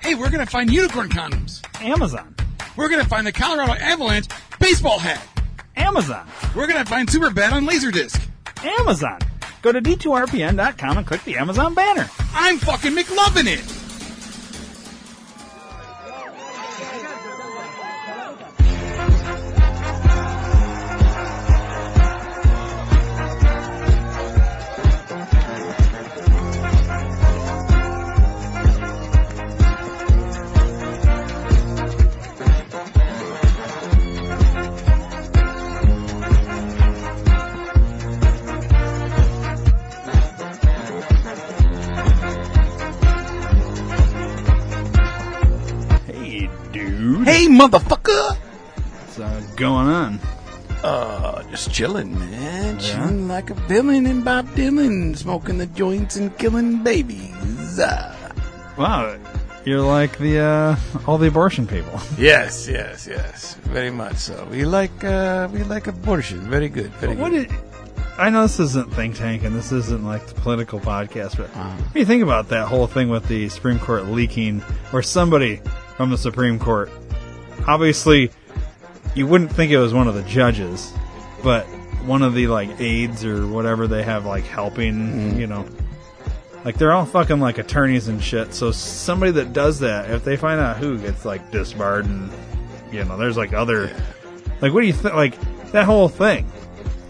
Hey, we're going to find unicorn condoms. Amazon. We're going to find the Colorado Avalanche baseball hat. Amazon. We're going to find Superbad on Laserdisc. Amazon. Go to d2rpn.com and click the Amazon banner. I'm fucking McLovin it. Hey, dude. Hey, motherfucker. What's uh, going on? Uh, just chilling, man. Chilling like a villain in Bob Dylan, smoking the joints and killing babies. Ah. Wow. You're like the uh, all the abortion people. Yes, yes, yes. Very much so. We like uh, we like abortion. Very good. Very What good. is? I know this isn't think tank and this isn't like the political podcast, but what do you think about that whole thing with the Supreme Court leaking or somebody from the Supreme Court? Obviously, you wouldn't think it was one of the judges, but one of the like aides or whatever they have like helping, Mm-hmm. you know. Like they're all fucking like attorneys and shit. So somebody that does that, if they find out who gets like disbarred and you know, there's like other like what do you think like that whole thing?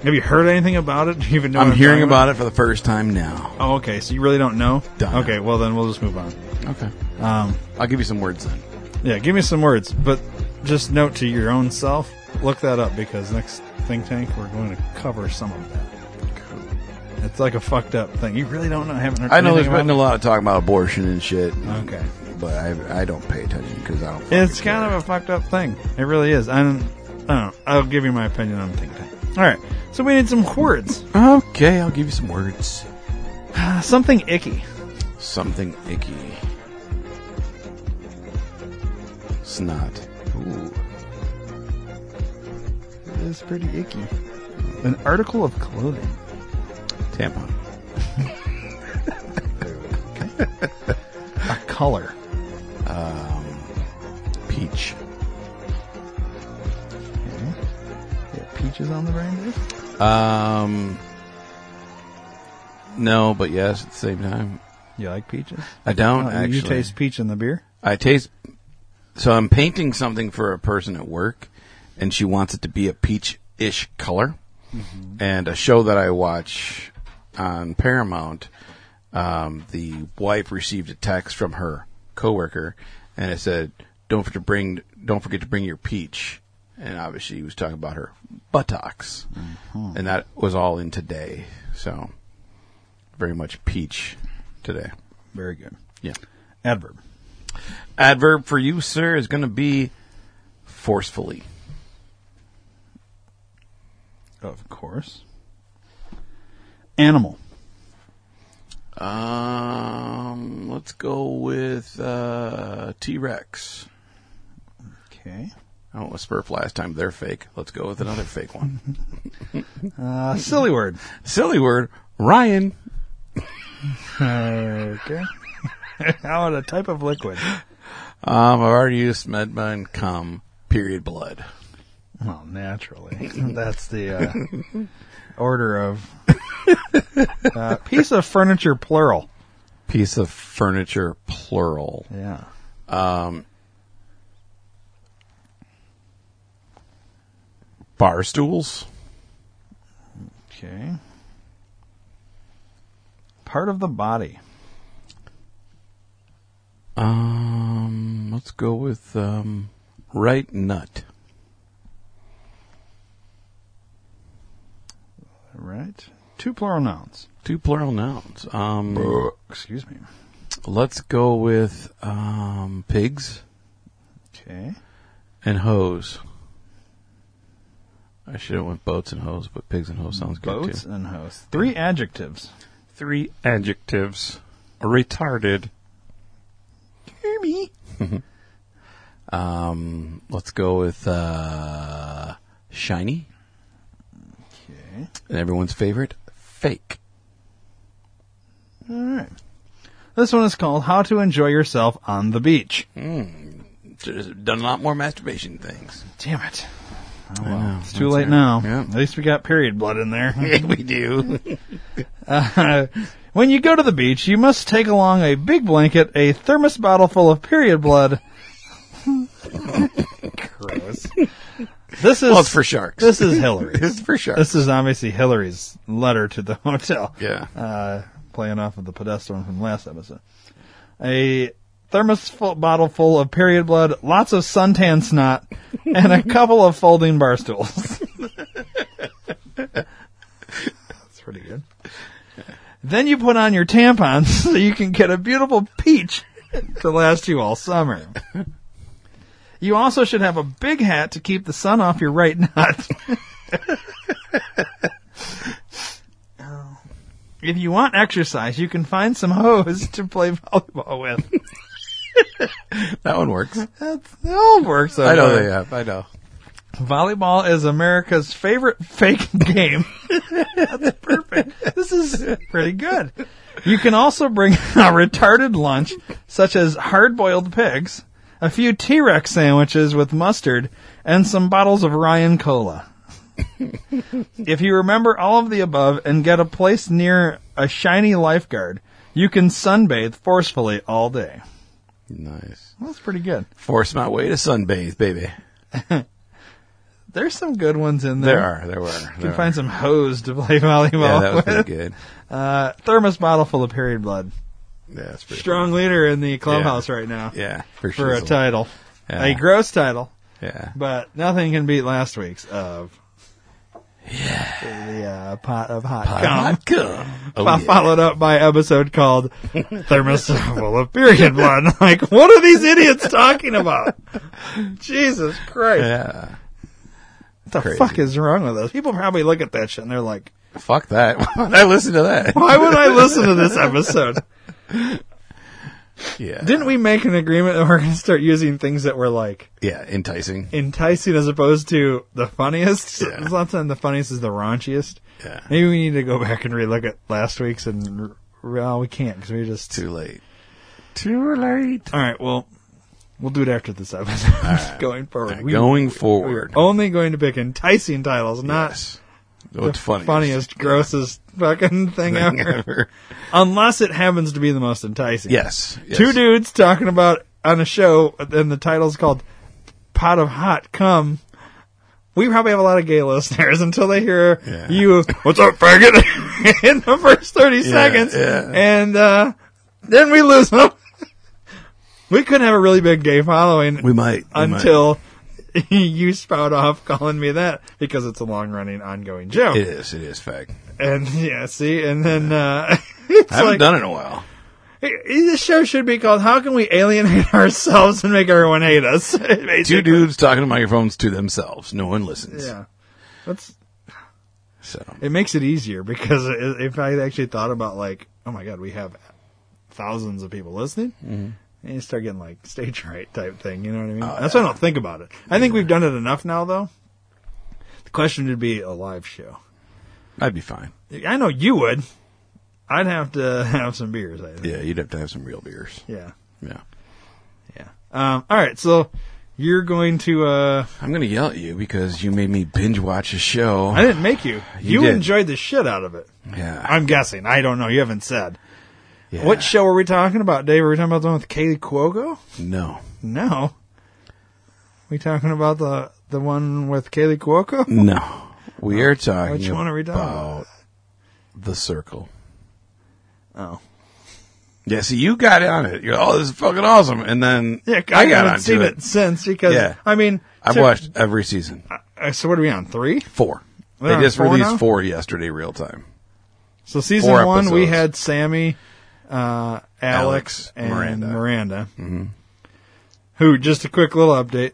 Have you heard anything about it? Do you even know? I'm hearing about it for the first time now. Oh, okay. So you really don't know? Don't know. Okay. Well, then we'll just move on. Okay. Um, I'll give you some words then. yeah. Give me some words, but just note to your own self. Look that up because next think tank we're going to cover some of that. It's like a fucked up thing. You really don't know. Haven't heard. I know there's anything been a about lot of talk about abortion and shit. it? Okay. But I, I don't pay attention because I don't. It's kind of a fucked up thing. It really is. I don't. I don't know. I'll give you my opinion on think tank. All right. So we need some words. of okay. I'll give you some words. Uh, something icky. Something icky. Snot. Ooh. It's pretty icky. An article of clothing. Tampon. A color. Um, Peach. peaches on the brain. Um. No, but yes at the same time. You like peaches? I don't Oh, actually. You taste peach in the beer? I taste. So I'm painting something for a person at work, and she wants it to be a peach-ish color. And a show that I watch on Paramount, um, the wife received a text from her coworker, and it said, "Don't forget to bring, don't forget to bring your peach." And obviously, he was talking about her buttocks, and that was all in today. So, very much peach today. Very good. Yeah. Adverb. Adverb for you, sir, is going to be forcefully. Of course. Animal. Um, let's go with uh, T Rex. Okay. I went with Smurf last time. They're fake. Let's go with another fake one. Uh, silly word. Silly word, Ryan. okay. How about a type of liquid? Um, I've already used Medmine cum period blood. Well, naturally. That's the uh, order of. Uh, piece of furniture, plural. Piece of furniture, plural. Yeah. Bar stools. Okay. Part of the body. Um, let's go with um, right nut. All right. Two plural nouns. Two plural nouns. Um, Uh. Excuse me. Let's go with um, pigs Okay. and hose. I should have went boats and hose, but pigs and hose sounds good Boats too. and hosts. Three adjectives. Three adjectives: retarded. Um, let's go with uh, shiny Okay. and everyone's favorite fake. All right. This one is called How to Enjoy Yourself on the Beach. Hmm. Just done a lot more masturbation things. Damn it. Oh, well, know. it's too That's late it. now. Yeah. At least we got period blood in there. we do. when you go to the beach, you must take along a big blanket, a thermos bottle full of period blood. Gross. This is Well, it's for sharks. This is Hillary. It's for sharks. this is obviously Hillary's letter to the hotel. Yeah. Uh, playing off of the pedestal from last episode. A thermos full, bottle full of period blood, lots of suntan snot, and a couple of folding bar stools. That's pretty good. Then you put on your tampons so you can get a beautiful peach to last you all summer. You also should have a big hat to keep the sun off your right nut. If you want exercise, you can find some hoes to play volleyball with. that one works. That's, it all works. I know over. they have. I know. Volleyball is America's favorite fake game. That's perfect. This is pretty good. You can also bring a retarded lunch, such as hard-boiled pigs, a few T-Rex sandwiches with mustard, and some bottles of Ryan Cola. if you remember all of the above and get a place near a shiny lifeguard, you can sunbathe forcefully all day. Nice. That's pretty good. Force my way to sunbathe, baby. There's some good ones in there. There are. There were. There You are. can find some hose to play volleyball yeah, that with. was pretty good. Uh, thermos bottle full of period blood. Yeah, that's pretty Strong leader in the clubhouse right now Yeah, for, for a shizzle. title. Yeah. A gross title, Yeah. but nothing can beat last week's of. Yeah. The uh, pot of hot cum. Hot cum. Fo- Oh, yeah. Followed up by episode called Thermos full of period blood. Like, what are these idiots talking about? Jesus Christ. Yeah. what the crazy. fuck is wrong with us? People probably look at that shit and they're like, Fuck that. Why would I listen to that? why would I listen to this episode? Yeah. Didn't we make an agreement that we're going to start using things that were like yeah, enticing. enticing as opposed to the funniest? Yeah. Sometimes the funniest is the raunchiest. Yeah. Maybe we need to go back and relook at last week's and r- oh, we can't because we just Too late. Too late. All right, well, we'll do it after this episode. going forward, we, oh, Going we are forward. only going to pick enticing titles, not yes. What's the funny? funniest, grossest fucking thing, thing ever. ever. Unless it happens to be the most enticing. Yes. yes. two dudes talking about on a show, and the title's called "Pot of Hot Cum." We probably have a lot of gay listeners until they hear Yeah. you, "What's up, faggot?" in the first thirty seconds, yeah. and uh, then we lose them. we could have a really big gay following We might. we might. until you spout off calling me that because it's a long-running, ongoing joke. It is. It is fact. And yeah, see, and then uh, it's I haven't like done it in a while. Hey, This show should be called "How Can We Alienate Ourselves and Make Everyone Hate Us?" Two Basically. dudes talking to microphones to themselves. No one listens. Yeah, that's. So It makes it easier because i- if I actually thought about like, oh my god, we have thousands of people listening, and you start getting like stage right type thing. You know what I mean? that's why I don't think about it. I think we've done it enough now, though. The question would be a live show. I'd be fine. I know you would. I'd have to have some beers. I think. Yeah, you'd have to have some real beers. Yeah. Yeah. Yeah. Um, all right. So you're going to. uh I'm gonna yell at you because you made me binge watch a show. I didn't make you. You, You did. enjoyed the shit out of it. yeah. I'm guessing. I don't know. You haven't said. yeah. What show are we talking about, Dave? Are we talking about the one with Kaylee Cuoco? No. No. We talking about the the one with Kaylee Cuoco? No. We are talking Which one are we talking about the circle. Oh. Yeah, see, you got on it. You're, oh, this is fucking awesome. And then Yeah, I, I got haven't onto seen it. it. since because Yeah. I mean I've to- watched every season. uh, so what are we on three? Four. We're They on just four released now? four yesterday, real time. So season Four one we episodes. had Sammy, uh, Alex, Alex, and Miranda. Miranda. Mm-hmm. Who? Just a quick little update.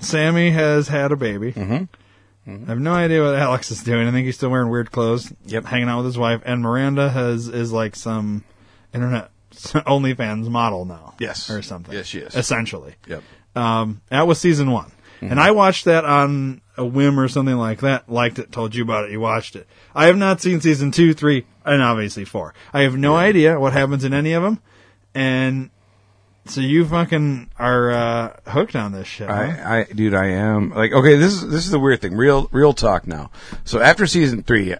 Sammy has had a baby. Mm-hmm. I have no idea what Alex is doing. I think he's still wearing weird clothes. Yep. hanging out with his wife. And Miranda has is like some internet OnlyFans model now. Yes. or something. Yes, she is. Essentially, Yep. Mm-hmm. um, that was season one, and I watched that on a whim or something like that, liked it, told you about it, you watched it. I have not seen season two, three, and obviously four. I have no idea what happens in any of them, and so you fucking are uh, hooked on this shit. huh? I, I, dude, I am like, okay, this is this is the weird thing. Real, real talk now. So after season three,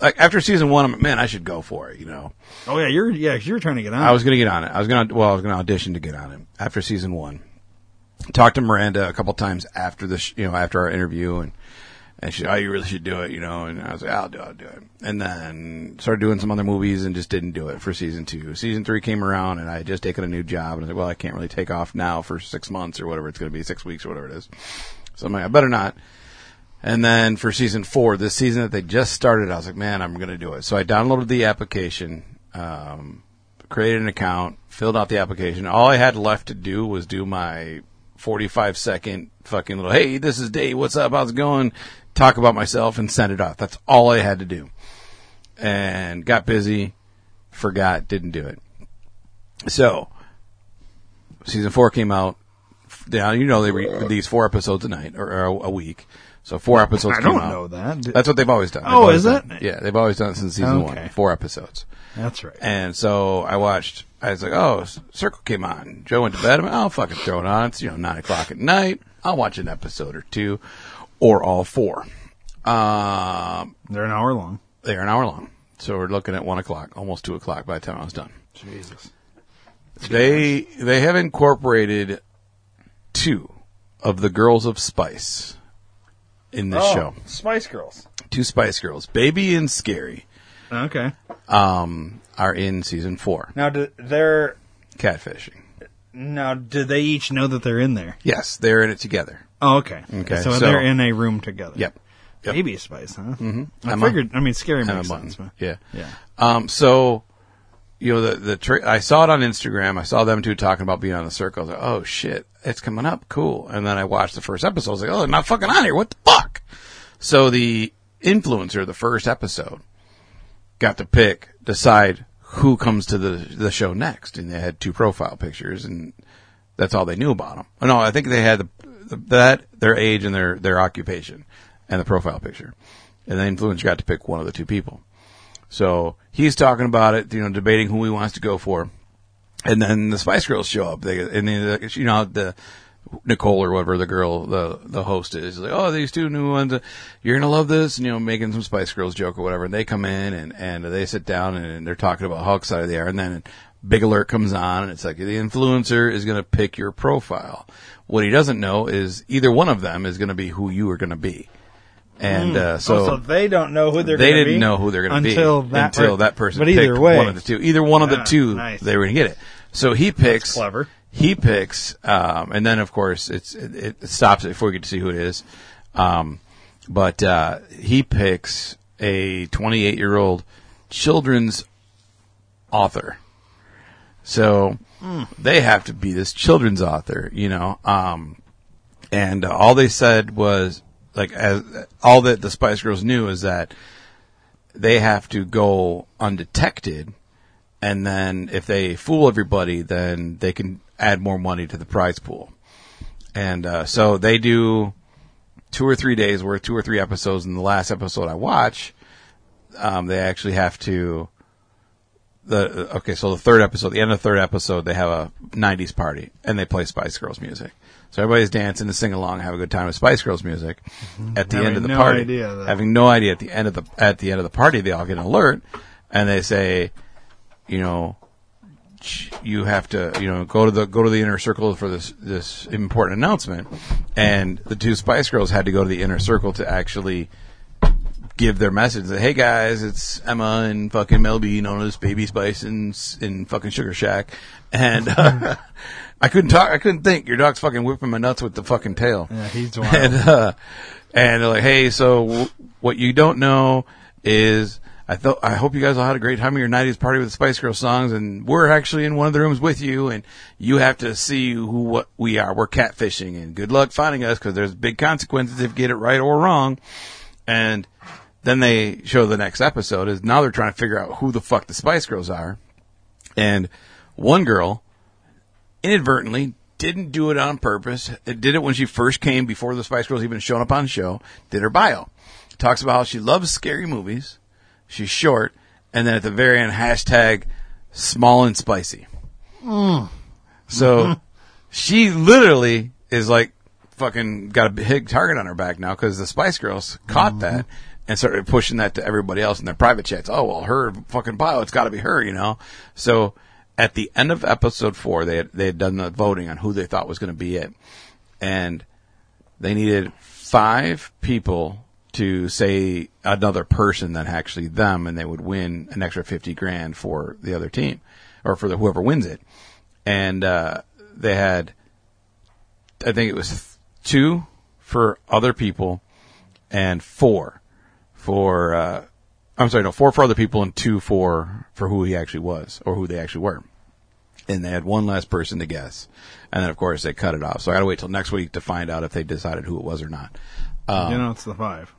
like after season one, I'm like, man, I should go for it. You know, Oh yeah, you're yeah, 'cause you're trying to get on. I was gonna get on it. I was gonna, well, I was gonna audition to get on it after season one. Talked to Miranda a couple times after the, sh- you know, after our interview, and and she, oh, you really should do it, you know. And I was like, I'll do, it, I'll do it. And then started doing some other movies and just didn't do it for season two. Season three came around, and I had just taken a new job, and I was like, well, I can't really take off now for six months or whatever it's gonna be, six weeks or whatever it is. So I'm like, I better not. And then for season four, this season that they just started, I was like, man, I'm going to do it. So I downloaded the application, um, created an account, filled out the application. All I had left to do was do my 45 second fucking little, hey, this is Dave. What's up? How's it going? Talk about myself and send it off. That's all I had to do. And got busy, forgot, didn't do it. So season four came out. Now, you know, they re- these four episodes a night or, or a week. So four episodes I came don't out. Uh, know that. That's what they've always done. They've Oh, always is it? done- Yeah, they've always done it since season Okay. one, four episodes. That's right. And so I watched. I was like, "Oh, S- Circle came on." Joe went to bed. I'm like, "I'll fucking throw it on." It's you know nine o'clock at night. I'll watch an episode or two, or all four. Um, They're an hour long. they're an hour long, so we're looking at one o'clock, almost two o'clock by the time I was done. Jesus. They they have incorporated two of the girls of Spice in this show. Oh, Spice Girls. Two Spice girls, Baby and Scary, Okay. um, are in season four. Now, do they're Catfishing. now do they each know that they're in there? Yes, they're in it together. Oh, okay. Okay, So, so- they're in a room together. Yep. Yep. Baby Spice, huh? Mm-hmm. I Emma. figured. I mean, scary Emma makes Bunton. sense. but- Yeah. Yeah. Um, so, you know, the, the, tra- I saw it on Instagram. I saw them two talking about being on the circle. I was like, oh shit, it's coming up. Cool. And then I watched the first episode. I was like, oh, they're not fucking on here. What the fuck? So the influencer, of the first episode, got to pick, decide who comes to the, the show next. And they had two profile pictures and that's all they knew about them. No, I think they had the, the, that, their age and their, their occupation and the profile picture. And the influencer got to pick one of the two people. So he's talking about it, you know, debating who he wants to go for. And then the Spice Girls show up. They, and they, you know, the Nicole or whatever the girl, the, the host is like, Oh, these two new ones, uh, you're going to love this. And, you know, making some Spice Girls joke or whatever. And they come in and, and they sit down and they're talking about how excited they are. And then big alert comes on and it's like the influencer is going to pick your profile. What he doesn't know is either one of them is going to be who you are going to be. And, uh, oh, so they don't know who they're. they gonna didn't be know who they're going to be until that until per- that person. But either picked way, one of the two, either one of the Yeah, two, nice. they were going to get it. So he picks clever. He picks, um, and then of course it's it, it stops it before we get to see who it is. Um, but uh, he picks a 28 year old children's author. So they have to be this children's author, you know. Um, and uh, all they said was like as all that the Spice Girls knew is that they have to go undetected, and then if they fool everybody, then they can add more money to the prize pool. And uh, so they do two or three days worth, two or three episodes. And the last episode I watch, um, they actually have to. The okay, so the third episode, the end of the third episode, they have a '90s party and they play Spice Girls music. So everybody's dancing and sing along, have a good time with Spice Girls music. At the Mm-hmm. Having end of the no party, idea that- having no idea at the end of the at the end of the party, they all get an alert and they say, you know, you have to you know go to the go to the inner circle for this this important announcement and the two spice girls had to go to the inner circle to actually give their message that hey guys it's emma and fucking mel b known as baby spice and in fucking sugar shack and uh, i couldn't talk i couldn't think your dog's fucking whipping my nuts with the fucking tail Yeah, he's wild. and uh, and they're like, hey, so w- what you don't know is I thought I hope you guys all had a great time at your '90s party with the Spice Girl songs, and we're actually in one of the rooms with you, and you have to see who what we are. We're catfishing, and good luck finding us because there's big consequences if you get it right or wrong. And then they show the next episode is now they're trying to figure out who the fuck the Spice Girls are, and one girl inadvertently didn't do it on purpose. It did it when she first came before the Spice Girls even shown up on the show. Did her bio. Talks about how she loves scary movies. She's short. And then at the very end, hashtag small and spicy. So she literally is like fucking got a big target on her back now because the Spice Girls caught that and started pushing that to everybody else in their private chats. Oh well, her fucking bio, it's got to be her, you know. So at the end of episode four, they had, they had done the voting on who they thought was going to be it, and they needed five people to say another person than actually them, and they would win an extra fifty grand for the other team or for the whoever wins it. And uh, they had, I think it was two for other people, and four for uh, I'm sorry, no, four for other people and two for for who he actually was or who they actually were. And they had one last person to guess, and then of course they cut it off. So I got to wait till next week to find out if they decided who it was or not. you know, it's the five.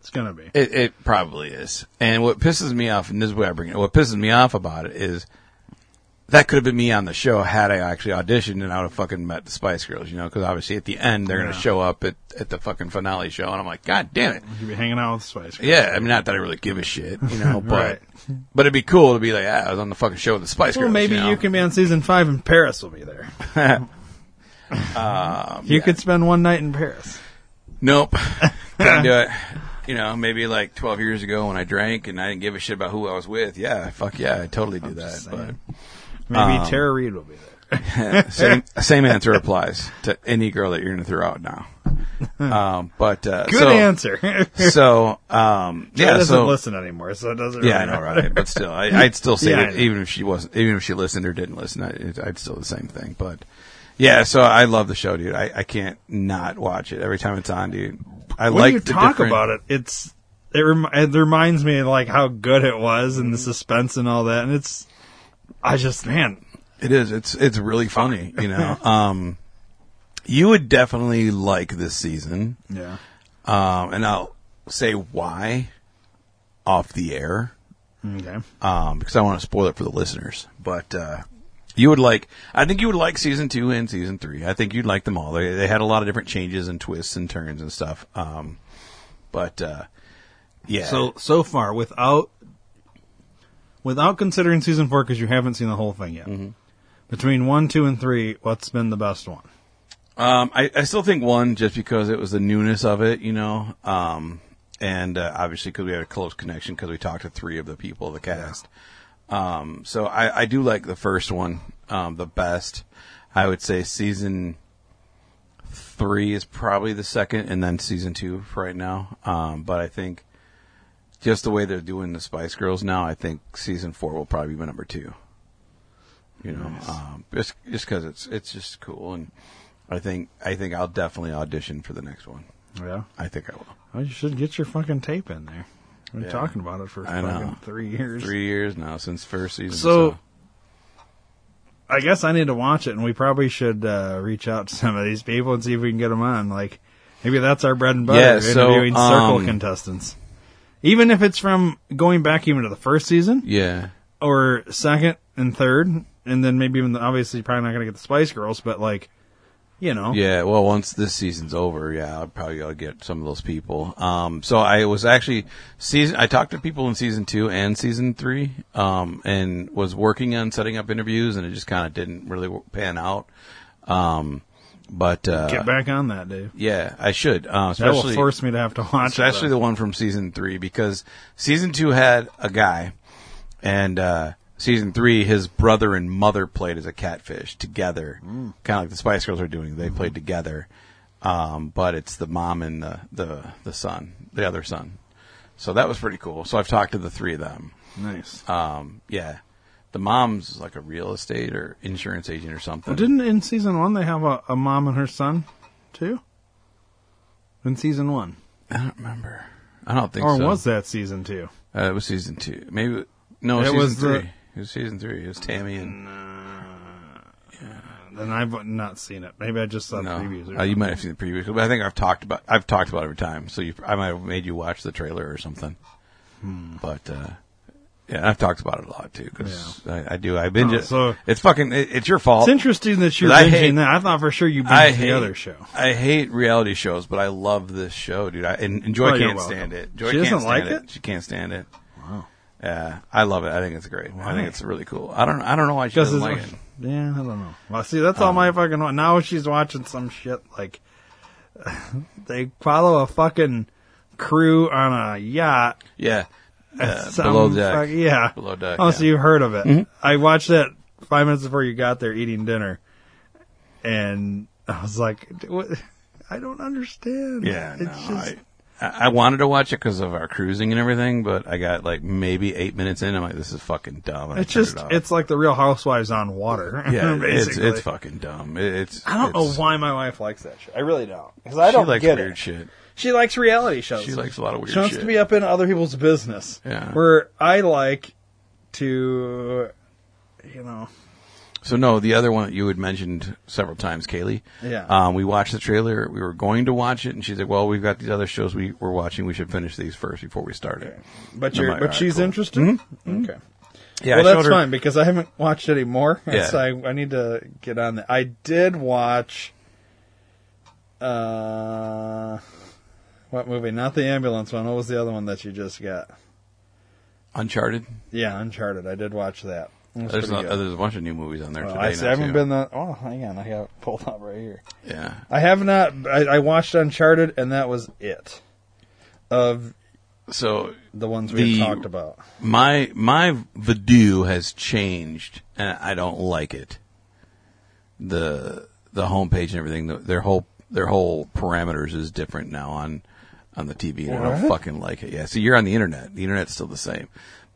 It's gonna be. It, it probably is. And what pisses me off, and this is why I bring it, what pisses me off about it is that could have been me on the show had I actually auditioned and I would have fucking met the Spice Girls, you know, because obviously at the end they're going to Yeah. show up at, at the fucking finale show, and I'm like, God damn it. You'll be hanging out with the Spice Girls. Yeah, I mean, not that I really give a shit, you know, but Right. but it'd be cool to be like, ah, I was on the fucking show with the Spice Well, Girls. maybe you, know? can be on season five, and Paris will be there. Um, you could spend one night in Paris. Nope. Couldn't do it. You know, maybe like 12 years ago when I drank and I didn't give a shit about who I was with. Yeah, fuck yeah, I totally do that. just But saying. Maybe Um, Tara Reid will be there. same same answer applies to any girl that you're going to throw out now. Um, but uh, Good so, answer. yeah, So um, yeah, doesn't so listen anymore, so it doesn't. yeah, I really know, matter. right? But still, I, I'd still say Yeah, I it, know. even if she wasn't, even if she listened or didn't listen, I, it, I'd still the same thing. But yeah, so I love the show, dude. I, I can't not watch it every time it's on, dude. I When like you the talk different- about it, it's it, rem- it reminds me of like how good it was and the suspense and all that, and it's I just man, It is. It's it's really funny, you know. um, you would definitely like this season. yeah, Um, and I'll say why off the air okay, um, because I want to spoil it for the listeners. But uh, you would like, I think you would like season two and season three. I think you'd like them all. They, they had a lot of different changes and twists and turns and stuff. Um, but uh, yeah, So so far, without without considering season four because you haven't seen the whole thing yet. Between one, two, and three, what's been the best one? Um, I, I still think one just because it was the newness of it, you know, um, and uh, obviously because we had a close connection because we talked to three of the people of the cast. Um, so I, I do like the first one um, the best. I would say season three is probably the second, and then season two for right now. Um, but I think just the way they're doing the Spice Girls now, I think season four will probably be my number two. You know, um, just just because it's it's just cool, and I think I think I'll definitely audition for the next one. Yeah, I think I will. well, Oh, you should get your fucking tape in there. We've been Yeah. talking about it for I fucking know. three years. Three years now since first season. So, I guess I need to watch it, and we probably should uh, reach out to some of these people and see if we can get them on. Like maybe that's our bread and butter Yeah, so, interviewing circle um, contestants. Even if it's from going back even to the first season, yeah, or second and third, and then maybe even obviously probably not gonna get the Spice Girls, but like, you know, yeah. Well, once this season's over, yeah, I'll probably I'll get some of those people. Um, so I was actually season. I talked to people in season two and season three, um, and was working on setting up interviews, and it just kind of didn't really wo- pan out. Um, but uh, get back on that, Dave. yeah, I should. Uh, That will especially force me to have to watch. especially it, the though. one from season three because season two had a guy, and uh, season three his brother and mother played as a catfish together, Mm. kind of like the Spice Girls are doing. They played together, um, but it's the mom and the, the the son, the other son. So that was pretty cool. So I've talked to the three of them. nice. Um, yeah, the mom's like a real estate or insurance agent or something. Well, didn't in season one they have a, a mom and her son too? In season one, I don't remember. I don't think or so. was that season two? Uh, it was season two. Maybe no. It season was the- three. It was season three. It was Tammy and Mm, Uh, Then I've not seen it. Maybe I just saw no. previews. or Uh, you might have seen the previews, but I think I've talked about I've talked about it every time. So you, I might have made you watch the trailer or something. But uh, Yeah, I've talked about it a lot too because I, I do. I binge Oh, it. so- it's fucking. It, it's your fault. It's interesting that you're But I binging hate- that. I thought for sure you I binged hate the other show. I hate reality shows, but I love this show, dude. I and, and Joy Oh, you're can't welcome. stand it. Joy She doesn't can't stand like it? She can't stand it. Wow. Yeah, I love it. I think it's great. I Why? think it's really cool. I don't. I don't know why she Because doesn't it's like it. yeah, I don't know. Well, see, that's all Um, my fucking. wa- Now she's watching some shit like they follow a fucking crew on a yacht. Yeah, at Uh, some below deck. fuck- yeah, Below deck, Oh, so yeah. you've heard of it? I watched that five minutes before you got there eating dinner, and I was like, "What? I don't understand." yeah. No, it's just I, I I wanted to watch it because of our cruising and everything, but I got like maybe eight minutes in. I'm like, this is fucking dumb. and I it's turned just it off. it's like the Real Housewives on water. yeah, it's basically. it's fucking dumb. It- it's I don't know it's- why my wife likes that shit. I really don't because I She don't likes get weird it. shit. She likes reality shows. She likes a lot of weird She wants shit. to be up in other people's business. Yeah. Where I like to, you know, So no, the other one that you had mentioned several times, Kaylee. Yeah. Um, we watched the trailer. We were going to watch it, and she's like, "Well, we've got these other shows we were watching. We should finish these first before we start it." but I'm you're, like, but "All right, she's cool." interested. Okay. Yeah, well, I that's showed her- fine because I haven't watched any more, Yeah. so I, I need to get on that. I did watch, uh, what movie? Not the ambulance one. What was the other one that you just got? Uncharted. Yeah, Uncharted. I did watch that. It was There's, pretty not, good. there's a bunch of new movies on there Well, today. I, see, now, I haven't too. been that. Oh, hang on, I got it pulled up right here. Yeah. I have not. I, I watched Uncharted, and that was it of So the ones we The- had talked about. my my Vidoo has changed, and I don't like it. the The homepage and everything, the, their whole their whole parameters is different now on on the TV. And I don't What? fucking like it. Yeah, see, you're on the internet. The internet's still the same,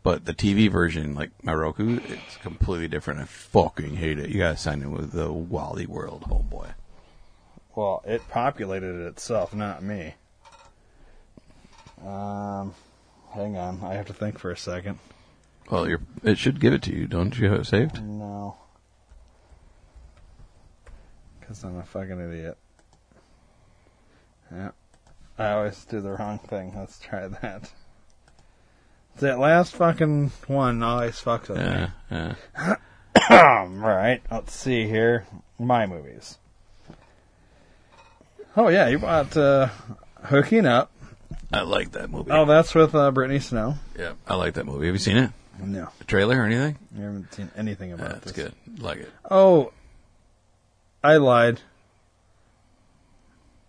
but the TV version, like my Roku, it's completely different. I fucking hate it. You gotta sign in with the Wally World, homeboy. Well, it populated it itself, not me. Um, hang on, I have to think for a second. Well, you're, it should give it to you. Don't you have it saved? No, because I'm a fucking idiot. Yeah, I always do the wrong thing. Let's try that. That last fucking one always fucks with me. Yeah, yeah. Um, right. Let's see here. My movies. Oh yeah, you bought uh, Hooking Up. I like that movie. Oh, that's with uh, Brittany Snow. Yeah, I like that movie. Have you seen it? No, The trailer or anything? Oh, you haven't seen anything about That's this. good. Like it. Oh, I lied.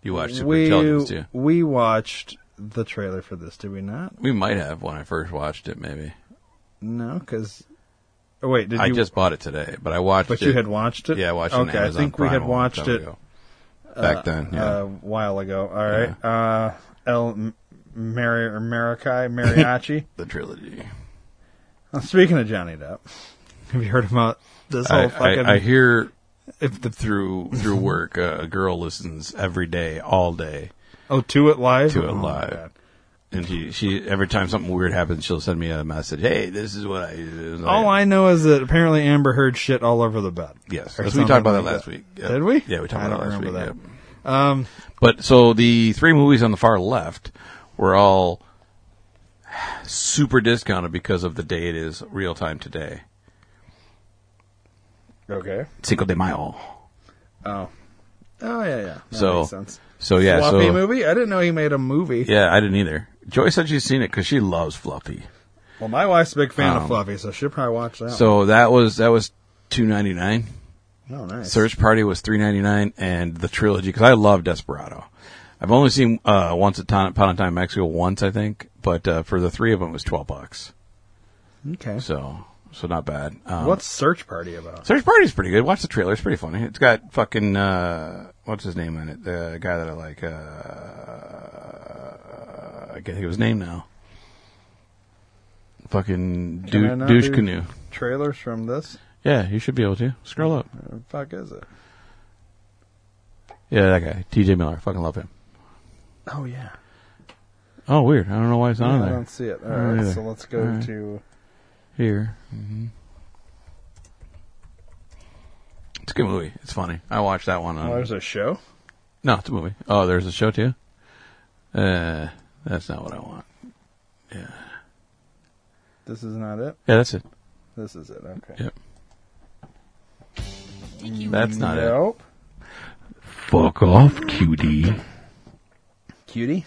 You watched we Superintelligence too. we watched the trailer for this, did we not? We might have when I first watched it. Maybe No, because oh, wait, did I you? just bought it today, but I watched. but it. you had watched it. Yeah, I watched it. on Okay, I Amazon think we Prime had a long watched time it uh, ago. back then. Yeah. a while ago. All right, uh, El M- Mari or Marikai Mariachi. the trilogy. Well, Speaking of Johnny Depp, have you heard about this whole I, fucking? I, I hear if the through through work uh, a girl listens every day, all day, oh, to it live, To It Oh, my Live. God. and she she every time something weird happens, she'll send me a message. Hey, this is what I. do. It's like- All I know is that apparently Amber Heard shit all over the bed. Yes, Or that's- we talked about something that like last week. Yeah. Did we? Yeah, we talked I about don't it last week. remember yeah. that. Um, But so the three movies on the far left were all super discounted because of the day it is real time today. okay. Cinco de Mayo. Oh, oh yeah, yeah. That So- makes sense. So yeah, Fluffy so movie. I didn't know he made a movie. yeah, I didn't either. Joy said she's seen it because she loves Fluffy. Well, my wife's a big fan Um, of Fluffy, so she'll probably watch that. So that was that was two ninety nine. one. oh nice. Search Party was three ninety nine, and the trilogy because I love Desperado. I've only seen uh, once a Ton- Upon a Time in Mexico once, I think, but uh, for the three of them it was twelve bucks. Okay. So so not bad. Um, What's Search Party about? Search Party's pretty good. Watch the trailer; it's pretty funny. It's got fucking uh, what's his name in it? The guy that I like. Uh, I can't think of his name now. Fucking Can I dou- not douche do- canoe. Trailers from this? Yeah, you should be able to scroll up. What the fuck is it? Yeah, that guy, T.J. Miller. Fucking love him. Oh yeah. Oh, weird. I don't know why it's not Yeah, on I there. don't see it. All I don't right, either. so let's go All right. to. Here. hmm It's a good movie. It's funny. I watched that one on. Oh, there's a show. No, it's a movie. Oh, there's a show too. Uh, that's not what I want. This is not it. Yeah, that's it. This is it. Okay. Yep. That's not it. nope. Fuck off, cutie. Cutie.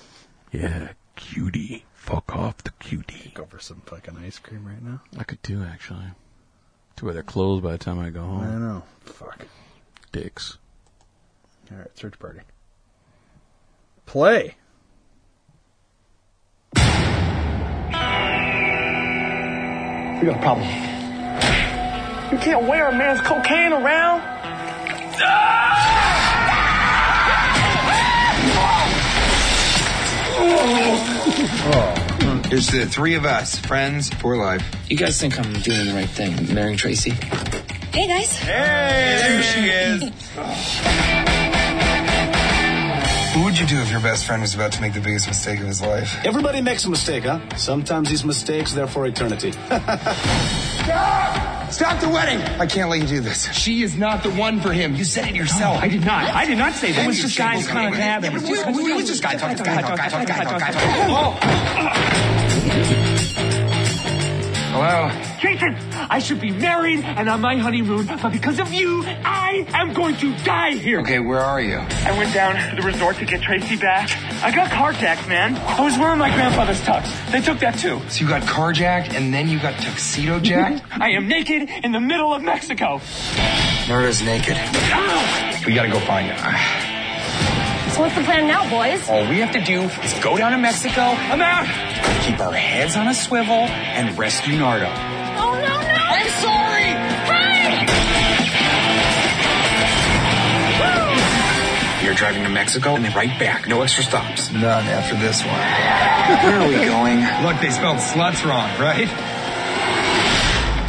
Yeah, cutie. Fuck off the cutie. Go for some fucking ice cream right now. I could do actually. To where they're closed by the time I go I home. know. Fuck. Dicks. All right. Search party. Play. We got a problem. You can't wear a man's cocaine around. It's the three of us, friends for life. You guys think I'm doing the right thing, marrying Tracy? Hey guys. There she is. what would you do if your best friend was about to make the biggest mistake of his life? Everybody makes a mistake, huh? Sometimes these mistakes, they're for eternity. Stop the wedding! I can't let you do this. She is not the one for him. You said it yourself. I did not. I did not say that. It was just guys kind of nabbing. It was just guy talk, guy talk, guy talk, guy talk, guy talk. Oh, Hello? Jason, I should be married and on my honeymoon, but because of you, I am going to die here. Okay, where are you? I went down to the resort to get Tracy back. I got carjacked, man. I was wearing my grandfather's tux. They took that too. So you got carjacked and then you got tuxedo jacked? I am naked in the middle of Mexico. Murder's naked. Ah! We gotta go find her. So what's the plan now, boys? All we have to do is go down to Mexico, I'm out. keep our heads on a swivel, and rescue Nardo. Oh no no! I'm sorry. Hey! You're driving to Mexico and then right back. No extra stops. None after this one. Where are we going? Look, they spelled sluts wrong, right?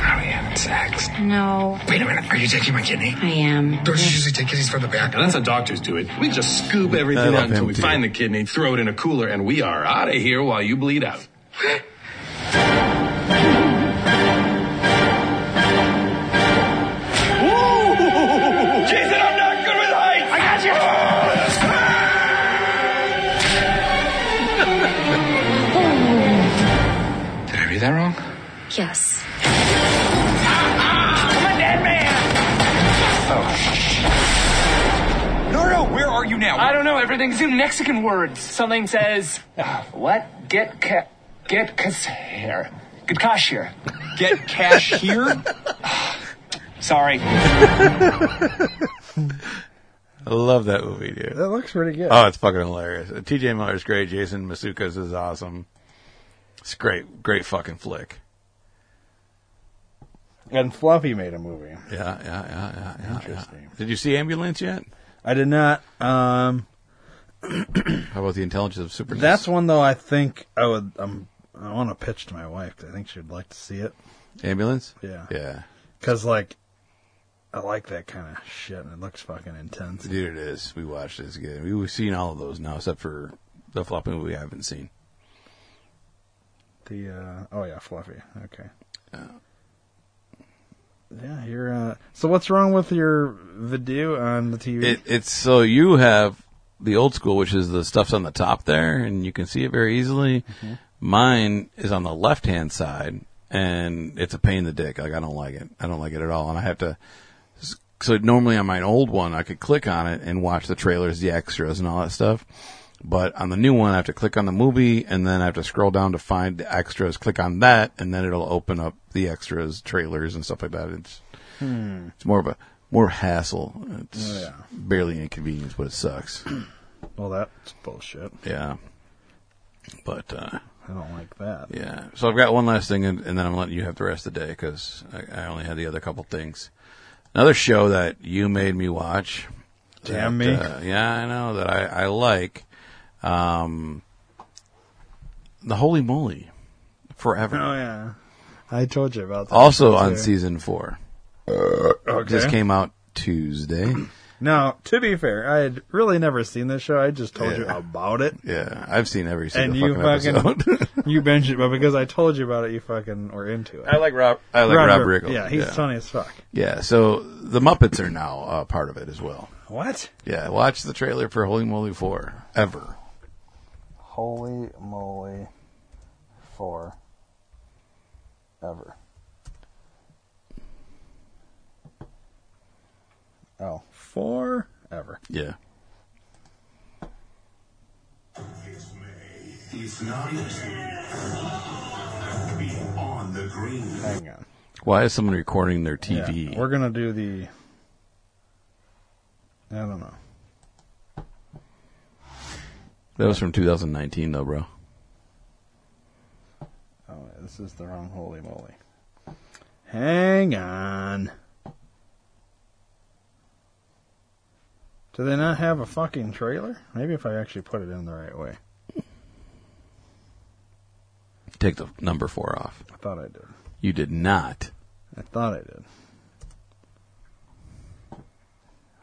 Are we having sex? No, Wait a minute. Are you taking my kidney? I am. Don't you usually take kidneys from the back? That's how doctors do it. We just scoop I everything love out until him, we too. find the kidney, throw it in a cooler, and we are out of here while you bleed out. Jason, I'm not good with heights. I got you. Did I read that wrong? Yes. I'm a dead man. No, no. Where are you now? I don't know. Everything's in Mexican words. Something says, what? Get ca- get cas here. Good cash here. Get cash here? Sorry. I love that movie, dude. That looks pretty good. Oh, it's fucking hilarious. Uh, TJ Miller's great. Jason Masukas is awesome. It's great, great fucking flick. and Fluffy made a movie. Yeah, yeah, yeah, yeah, yeah. Interesting. Did you see Ambulance yet? I did not. Um, How about the intelligence of super? that's one though. I think I would. Um, I want to pitch to my wife. 'cause I think she'd like to see it ambulance. Yeah. yeah, because like. I like that kind of shit, and it looks fucking intense. dude, it is. We watched this again. We- We've seen all of those now, except for the floppy movie we haven't seen. The uh, oh yeah, Fluffy. Okay. Oh. Yeah, you're. Uh, so what's wrong with your video on the TV? It, it's so you have the old school, which is the stuff's on the top there, and you can see it very easily. Mine is on the left hand side, and it's a pain in the dick. Like I don't like it. I don't like it at all, and I have to. So normally on my old one, I could click on it and watch the trailers, the extras, and all that stuff. But on the new one, I have to click on the movie, and then I have to scroll down to find the extras. Click on that, and then it'll open up the extras, trailers, and stuff like that. It's it's more of a more hassle. It's Hmm. Oh, yeah. barely inconvenience, but it sucks. well, that's bullshit. yeah. But uh, I don't like that. yeah, so I've got one last thing, and, and then I'm letting you have the rest of the day because I, I only had the other couple things. Another show that you made me watch. Damn that, me. uh, yeah, I know that I, I like. Um, the Holy Moly, forever. Oh yeah, I told you about that. Also on too. season four. Uh, Okay. Just came out Tuesday. Now, to be fair, I had really never seen this show. I just told you Yeah. about it, Yeah, I've seen every and single you fucking, fucking episode. you binged it, but because I told you about it, you fucking were into it. I like Rob. I like Rob, Riggle. Yeah, he's yeah. funny as fuck. Yeah, so the Muppets are now uh, part of it as well. What? Yeah, watch the trailer for Holy Moly Four ever. Holy moly! Four. ever. Oh, forever. Yeah. It's not beyond the green. Hang on. Why is someone recording their TV? Yeah, we're gonna do the. I don't know. That was from 2019, though, bro. Oh, this is the wrong. Holy moly! Hang on. Do they not have a fucking trailer? Maybe if I actually put it in the right way. Take the number four off. I thought I did. You did not. I thought I did.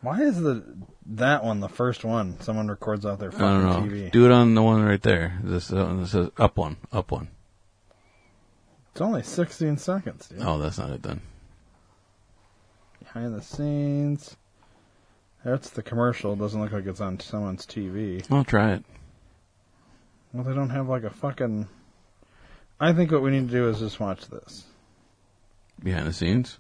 Why is the that one the first one? Someone records off their I fucking don't know. TV. Do it on the one right there. This uh, this is up one, up one. It's only 16 seconds, dude. Oh, that's not it then. Behind the scenes. That's the commercial. Doesn't look like it's on someone's TV. I'll try it. Well, they don't have like a fucking. I think what we need to do is just watch this. Behind the scenes.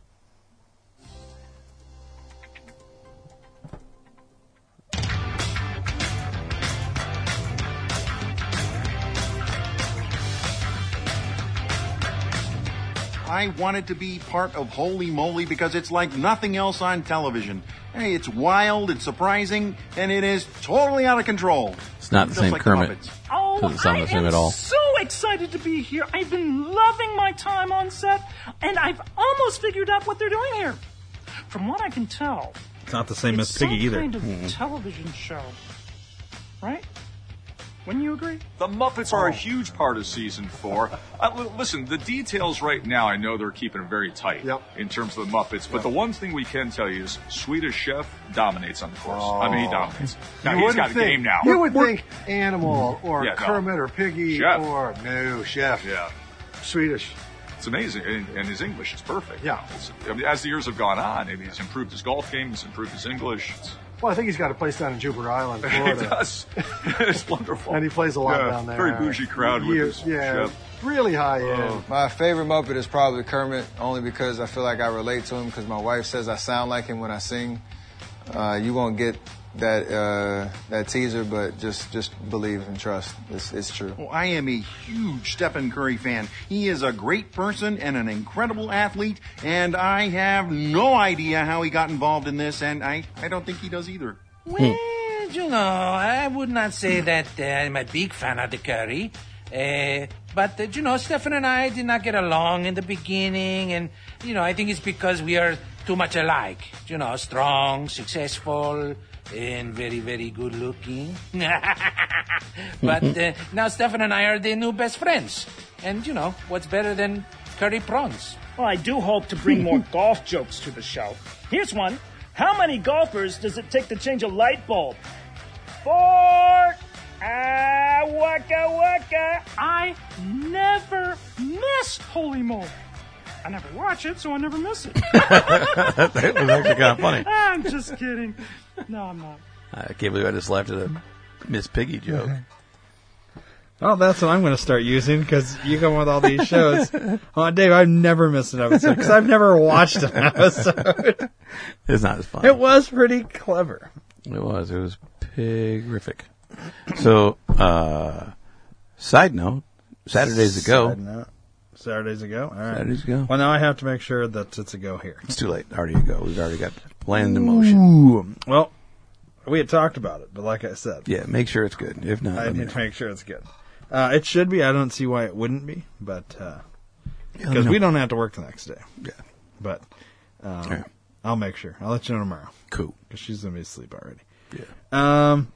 I wanted to be part of Holy Moly because it's like nothing else on television. Hey, it's wild, it's surprising, and it is totally out of control. It's not the Just same like the Kermit. Muppets. Oh, Doesn't sound I the same am at all. so excited to be here. I've been loving my time on set, and I've almost figured out what they're doing here. From what I can tell, It's not the same it's as Piggy some either. Mm-hmm. kind of television show, right? Wouldn't you agree? The Muppets Oh. are a huge part of season four. Uh, l- listen, the details right now, I know they're keeping it very tight in terms of the Muppets, but the one thing we can tell you is Swedish Chef dominates on the course. I mean, he Oh. dominates. Now, he's got a game now. Mm-hmm. You would think Animal or Yeah, no. Kermit or Piggy Chef. or no Chef. Yeah. Swedish. It's amazing, and, and his English is perfect. Yeah. I mean, as the years have gone on, I mean, he's improved his golf game, he's improved his English. It's, Well, I think he's got a place down in Jupiter Island, it Florida. does. it's wonderful. And he plays a lot Yeah, down there. Very bougie crowd with Yeah, his Oh. yeah, chef. really high end. My favorite Muppet is probably Kermit, only because I feel like I relate to him because my wife says I sound like him when I sing. Uh, you won't get that uh, that teaser, but just just believe and trust. It's, it's true. Oh, I am a huge Stephen Curry fan. He is a great person and an incredible athlete, and I have no idea how he got involved in this, and I, I don't think he does either. Well, you know, I would not say that uh, I'm a big fan of the curry. Uh, but, uh, you know, Stefan and I did not get along in the beginning. And, you know, I think it's because we are too much alike. You know, strong, successful, and very, very good looking. but uh, now Stefan and I are the new best friends. And, you know, what's better than curry prawns? Well, I do hope to bring more golf jokes to the show. Here's one. How many golfers does it take to change a light bulb? Four. Ah, waka waka. I never miss Holy Moly. I never watch it, so I never miss it. that was actually kind of funny. I'm just kidding. No, I'm not. I can't believe I just laughed at a Miss Piggy joke. Oh, that's what I'm going to start using because you come with all these shows. oh, Dave, I've never missed an episode because I've never watched an episode. It's not as funny. It was pretty clever. It was. It was pigrific. So, uh, side note, Saturdays ago. Side note. Saturdays ago. All right. Saturdays ago. Well, now I have to make sure that it's a go here. It's too late. Already a go. We've already got planned in motion. Ooh. Well, we had talked about it, but like I said, Yeah, make sure it's good. If not, I let me need to make sure it's good. Uh, it should be. I don't see why it wouldn't be, but Yeah, let because me we know. don't have to work the next day. Yeah, but um, Yeah. I'll make sure. I'll let you know tomorrow. Cool. Because she's gonna be asleep already. Yeah. Um,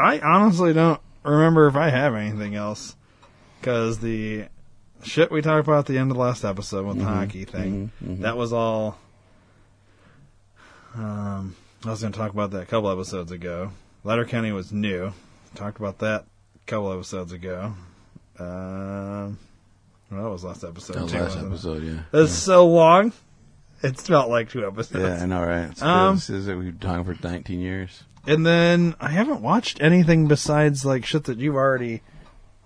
I honestly don't remember if I have anything else because the shit we talked about at the end of the last episode with Mm-hmm. the Mhm, hockey thing mhm, mhm. that was all. Um, I was going to talk about that a couple episodes ago. Letterkenny was new. Talked about that a couple episodes ago. Um, well, that was last episode. That was too, last wasn't it? episode, yeah. That's so long. It's felt like two episodes. Yeah, I know, right? It's Um, this is it. We've been talking for 19 years. and then I haven't watched anything besides like shit that you've already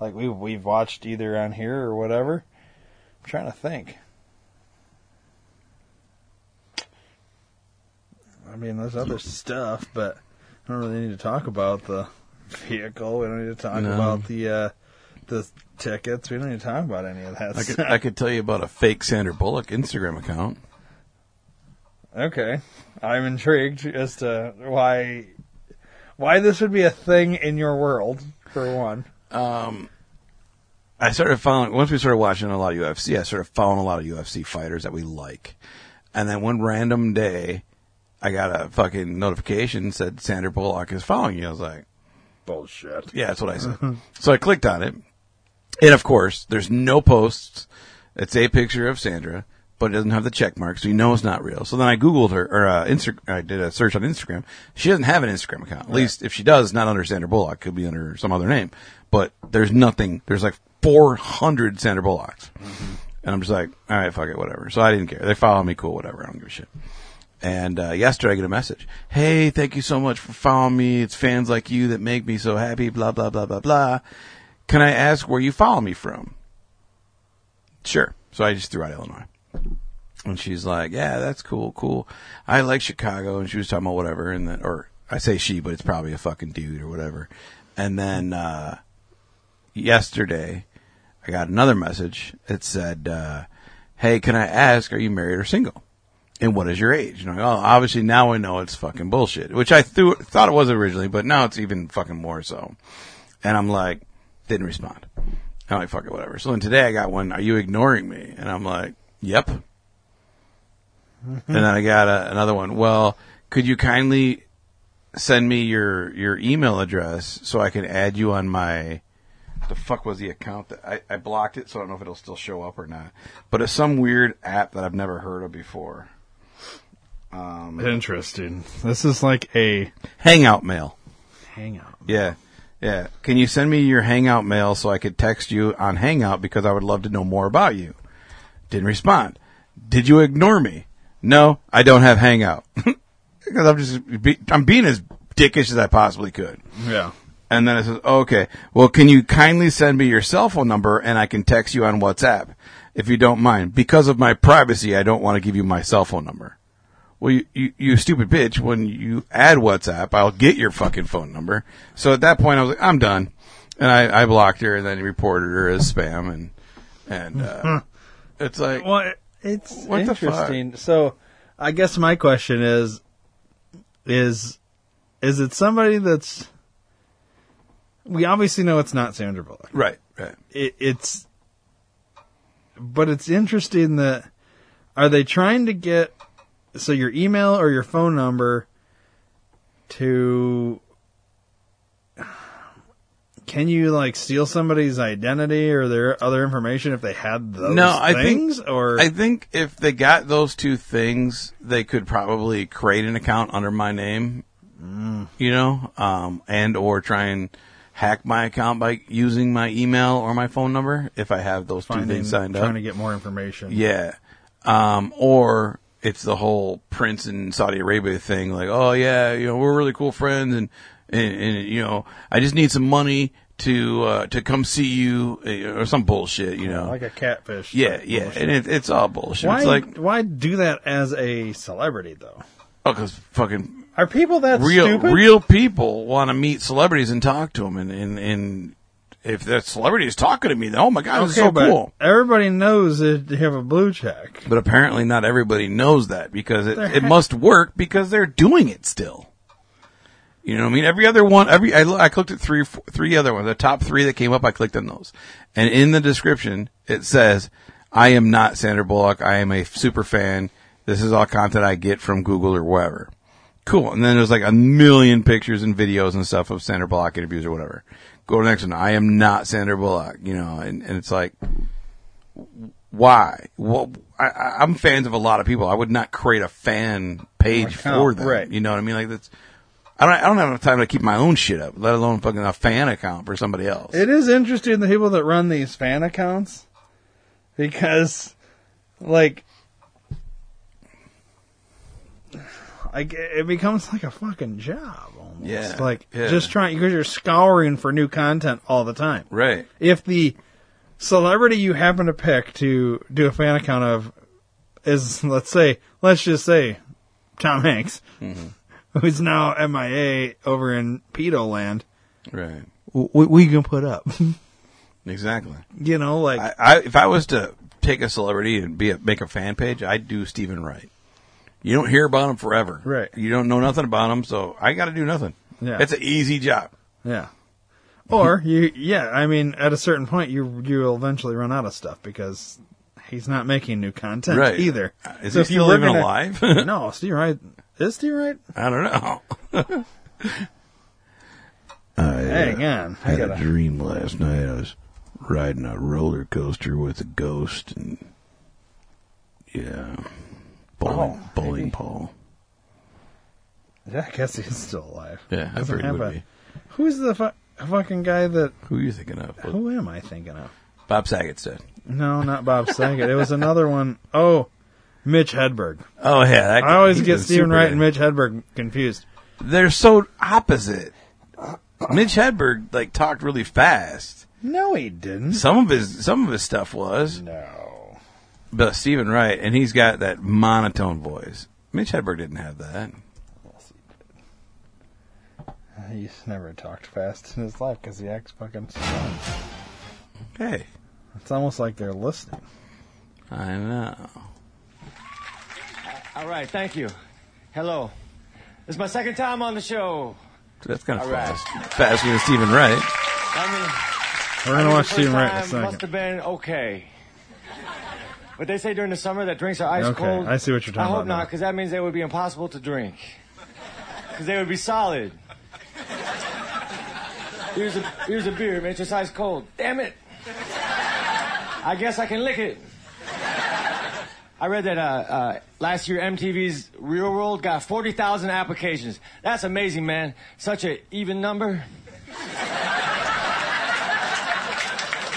like we we've watched either on here or whatever. trying to think. I mean, there's other stuff, but I don't really need to talk about the vehicle. We don't need to talk No. about the uh, the tickets. We don't need to talk about any of that. I could, stuff. I could tell you about a fake Sandra Bullock Instagram account. Okay, I'm intrigued as to why why this would be a thing in your world for one. Um, I started following once we started watching a lot of UFC. I started following a lot of UFC fighters that we like, and then one random day, I got a fucking notification said Sandra Bullock is following you. I was like, bullshit. Yeah, that's what I said. so I clicked on it, and of course, there's no posts. It's a picture of Sandra, but it doesn't have the check mark, so you know it's not real. So then I Googled her, or uh, Insta- I did a search on Instagram. She doesn't have an Instagram account. At least if she does, not under Sandra Bullock, could be under some other name. But there's nothing. There's like 400 Sandra Bullocks. And I'm just like, all right, fuck it, whatever. So I didn't care. They follow me, cool, whatever. I don't give a shit. And uh, yesterday I get a message. Hey, thank you so much for following me. It's fans like you that make me so happy, blah, blah, blah, blah, blah. Can I ask where you follow me from? Sure. So I just threw out Illinois. And she's like, yeah, that's cool, cool. I like Chicago. And she was talking about whatever. And then, or I say she, but it's probably a fucking dude or whatever. And then, uh, yesterday I got another message. It said, uh, hey, can I ask, are you married or single? And what is your age? And I'm like, oh, obviously now I know it's fucking bullshit, which I th- thought it was originally, but now it's even fucking more so. And I'm like, didn't respond. I'm like, fuck it, whatever. So then today I got one, are you ignoring me? And I'm like, yep. And then I got a, another one. Well, could you kindly send me your your email address so I can add you on my the fuck was the account that I, I blocked it, so I don't know if it'll still show up or not. But it's some weird app that I've never heard of before. Um, Interesting. This is like a Hangout mail. Hangout. Yeah. Yeah. Can you send me your Hangout mail so I could text you on Hangout because I would love to know more about you? Didn't respond. Did you ignore me? No, I don't have Hangout. because I'm just, be, I'm being as dickish as I possibly could. Yeah. And then it says, okay, well, can you kindly send me your cell phone number and I can text you on WhatsApp if you don't mind? Because of my privacy, I don't want to give you my cell phone number. Well, you, you, you stupid bitch, when you add WhatsApp, I'll get your fucking phone number. So at that point, I was like, I'm done. And I, I blocked her and then reported her as spam and, and, uh, it's like, well, it's what the fuck? interesting. So, I guess my question is, is, is it somebody that's? We obviously know it's not Sandra Bullock, right? Right. It, it's, but it's interesting that are they trying to get so your email or your phone number to can you like steal somebody's identity or their other information if they had those no, I things think, or I think if they got those two things, they could probably create an account under my name, you know, um, and or try and hack my account by using my email or my phone number if I have those finding- two things signed trying up. to get more information. Yeah. Um, or it's the whole prince in Saudi Arabia thing, like, oh yeah, you know, we're really cool friends and, and, and you know, I just need some money to, uh, to come see you uh, or some bullshit, you know. Oh, like a catfish. Yeah, type yeah. bullshit. And it, it's all bullshit. Why, It's like, why do that as a celebrity though? oh, cause fucking Are people that real, stupid? real people want to meet celebrities and talk to them and, and, and if that celebrity is talking to me, then, oh my God, this is so but cool. Everybody knows that they have a blue check. But apparently, not everybody knows that because it, There it ha- must work because they're doing it still. You know what I mean? Every other one, every I, lo- I clicked at three, four, three other ones. The top three that came up, I clicked on those, and in the description it says, "I am not Sandra Bullock. I am a super fan. This is all content I get from Google or wherever." Cool. And then there's like a million pictures and videos and stuff of Sandra Bullock interviews or whatever. Go to the next one. I am not Sandra Bullock. You know, and, and it's like, why? Well, I, I- I'm fans of a lot of people. I would not create a fan page Account, for them. right. You know what I mean? Like that's, I don't, I don't have enough time to keep my own shit up, let alone fucking a fan account for somebody else. It is interesting the people that run these fan accounts because, like, like it becomes like a fucking job almost. Yeah, like yeah. just trying because you're scouring for new content all the time. Right. If the celebrity you happen to pick to do a fan account of is let's say let's just say Tom Hanks, Mm-hmm. who's now MIA over in pedo land. Right. What we can put up, Exactly. you know, like I, I if I was to take a celebrity and be a, make a fan page, I'd do Stephen Wright. You don't hear about him forever, right? You don't know nothing about him, so I got to do nothing. Yeah. it's an easy job. yeah. Or you, yeah. I mean, at a certain point, you you will eventually run out of stuff because he's not making new content Right. Uh, either. Is So he if you still were even gonna- alive? no, Steve Wright. Is Steve Wright? I don't know. Hang on. I had a gotta- dream last night. I was riding a roller coaster with a ghost, and yeah, bowling, Oh, bowling ball. Yeah, I guess he's still alive. Yeah, I Doesn't figured he have would a- be. Who's the fu- fucking guy that? Who are you thinking of? Who am I thinking of? Bob Saget's dead. No, not Bob Saget. it was another one. Oh, Mitch Hedberg. Oh, yeah, that I always he's get a Stephen super Wright guy. and Mitch Hedberg confused. They're so opposite. Mitch Hedberg like talked really fast. No, he didn't. Some of his some of his stuff was no, but Stephen Wright, and he's got that monotone voice. Mitch Hedberg didn't have that. He's never talked fast in his life because he acts fucking slow. Hey, it's almost like they're listening. I know. All right, thank you. Hello. It's my second time on the show. That's kind of All right. fast. Faster than Stephen Wright. I mean, We're gonna watch first Stephen Wright in a time second. Must have been okay. But they say during the summer that drinks are ice Okay, cold. I see what you're talking I hope about now. not, because that means they would be impossible to drink. Because they would be solid. Here's a here's a beer, man. It's just ice cold. Damn it! I guess I can lick it. I read that uh, uh, last year MTV's Real World got 40,000 applications. That's amazing, man. Such an even number. you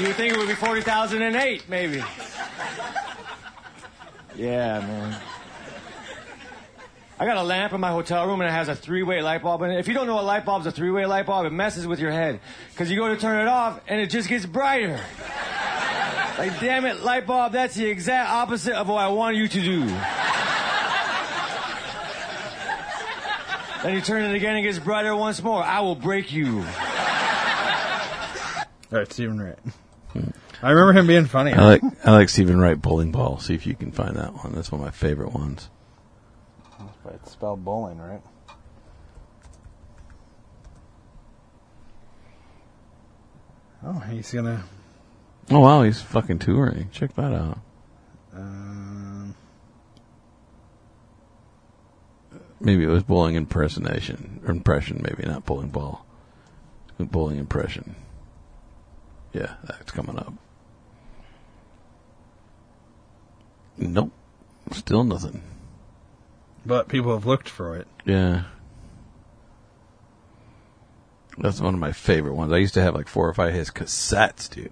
would think it would be 40,008, maybe. Yeah, man. I got a lamp in my hotel room and it has a three-way light bulb in it. If you don't know a light bulb's a three-way light bulb, it messes with your head. Because you go to turn it off and it just gets brighter. Like, damn it, light bulb, that's the exact opposite of what I want you to do. then you turn it again and it gets brighter once more. I will break you. All right, Stephen Wright. I remember him being funny. I like I like Stephen Wright bowling ball. See if you can find that one. That's one of my favorite ones. But it's spelled bowling, right? Oh, he's gonna. Oh wow, he's fucking touring. Check that out. Um, Maybe it was bowling impersonation. Or impression, maybe not bowling ball. Bowling impression. Yeah, that's coming up. Nope. Still nothing. but people have looked for it. Yeah. That's one of my favorite ones. I used to have like four or five of his cassettes, dude.